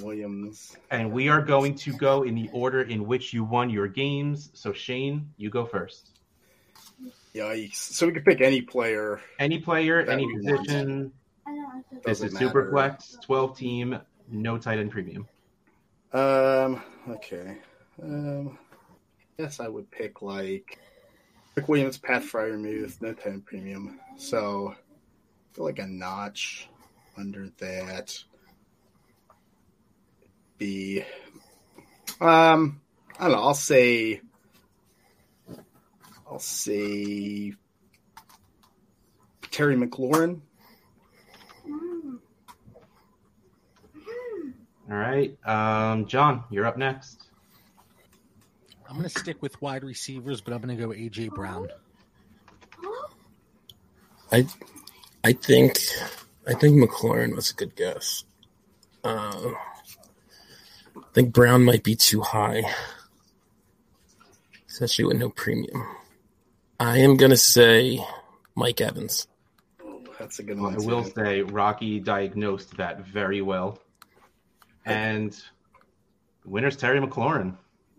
[SPEAKER 7] Williams.
[SPEAKER 4] And we are going to go in the order in which you won your games. So Shane, you go first.
[SPEAKER 7] Yikes. So we could pick any player.
[SPEAKER 4] Any player,
[SPEAKER 7] That
[SPEAKER 4] any
[SPEAKER 7] we want.
[SPEAKER 4] position. This
[SPEAKER 7] Doesn't
[SPEAKER 4] is
[SPEAKER 7] matter.
[SPEAKER 4] Superflex, 12 team, no tight end premium.
[SPEAKER 7] Um. Okay. Um. Yes, I would pick like Rick Williams, Pat Fryermuth, no time premium. So I feel like a notch under that. Be um. I don't know. I'll say. I'll say Terry McLaurin.
[SPEAKER 4] All right. Um, John, you're up next.
[SPEAKER 6] I'm going to stick with wide receivers, but I'm going to go AJ Brown.
[SPEAKER 5] I I think I think McLaurin was a good guess. Uh, I think Brown might be too high, especially with no premium. I am gonna say Mike Evans.
[SPEAKER 7] That's a good
[SPEAKER 4] Well,
[SPEAKER 7] one.
[SPEAKER 4] Oh, I will
[SPEAKER 7] too.
[SPEAKER 4] say Rocky diagnosed that very well. And the winner's Terry McLaurin.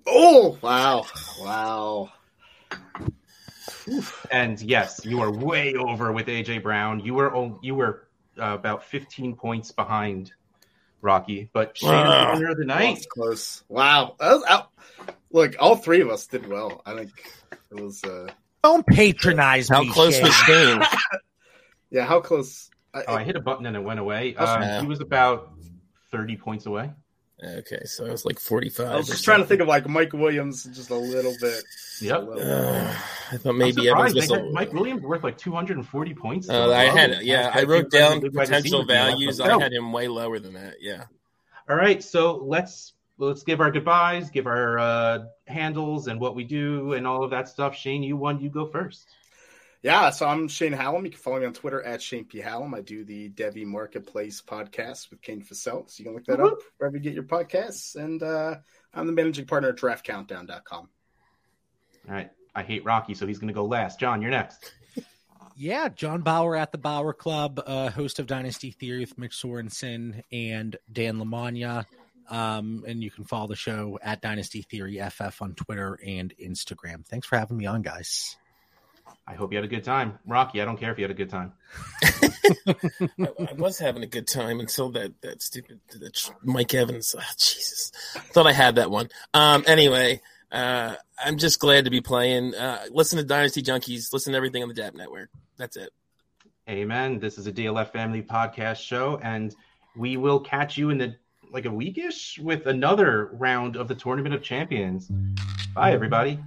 [SPEAKER 7] Oh wow, wow.
[SPEAKER 4] And yes, you are way over with AJ Brown. You were on- you were uh, about 15 points behind Rocky, but Shane is the
[SPEAKER 5] Ah.
[SPEAKER 4] winner of the
[SPEAKER 7] That's
[SPEAKER 4] night.
[SPEAKER 7] close. Wow. That was out. Look, all three of us did well. I think it was. Uh,
[SPEAKER 6] Don't patronize
[SPEAKER 5] How
[SPEAKER 6] me,
[SPEAKER 5] close
[SPEAKER 6] Shane.
[SPEAKER 5] was Shane?
[SPEAKER 7] yeah, how close? I,
[SPEAKER 4] Oh, I hit a button and it went away.
[SPEAKER 7] That's
[SPEAKER 4] Uh,
[SPEAKER 5] bad.
[SPEAKER 4] he was about 30 points away.
[SPEAKER 5] [LAUGHS] Okay, so I was like forty-five.
[SPEAKER 7] I was just trying to think of like Mike Williams just a little bit.
[SPEAKER 4] Yep.
[SPEAKER 7] A
[SPEAKER 4] I'm
[SPEAKER 7] little-
[SPEAKER 5] Uh, I thought maybe Evans
[SPEAKER 4] surprised.
[SPEAKER 5] was.
[SPEAKER 4] They
[SPEAKER 5] A,
[SPEAKER 4] had Mike Williams worth like 240 points.
[SPEAKER 5] Uh, I had yeah. I wrote down potential values. I
[SPEAKER 4] No.
[SPEAKER 5] had him way lower than that. Yeah.
[SPEAKER 4] All right, so let's let's give our goodbyes, give our uh, handles, and what we do, and all of that stuff. Shane, you won. You go first.
[SPEAKER 7] Yeah, so I'm Shane Hallam. You can follow me on Twitter at Shane P. Hallam. I do the Devi Marketplace podcast with Kane Facel. So you can look that up wherever you get your podcasts. And uh, I'm the managing partner at draftcountdown.com.
[SPEAKER 4] All right, I hate Rocky, so he's going to go last. John, you're next.
[SPEAKER 6] Yeah, John Bauer at the Bauer Club, uh, host of Dynasty Theory with Mick Sorensen and Dan Lamagna. Um, and you can follow the show at Dynasty Theory FF on Twitter and Instagram. Thanks for having me on, guys.
[SPEAKER 4] I hope you had a good time, Rocky. I don't care if you had a good time.
[SPEAKER 5] [LAUGHS] I, I was having a good time until that that stupid that tr- Mike Evans. ah, Jesus, thought I had that one. Um, anyway, uh, I'm just glad to be playing. Uh, listen to Dynasty Junkies. Listen to everything on the DAP Network. That's it.
[SPEAKER 4] Amen. This is a DLF Family Podcast show, and we will catch you in the like a weekish with another round of the Tournament of Champions. Bye, everybody.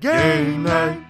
[SPEAKER 8] Game, night.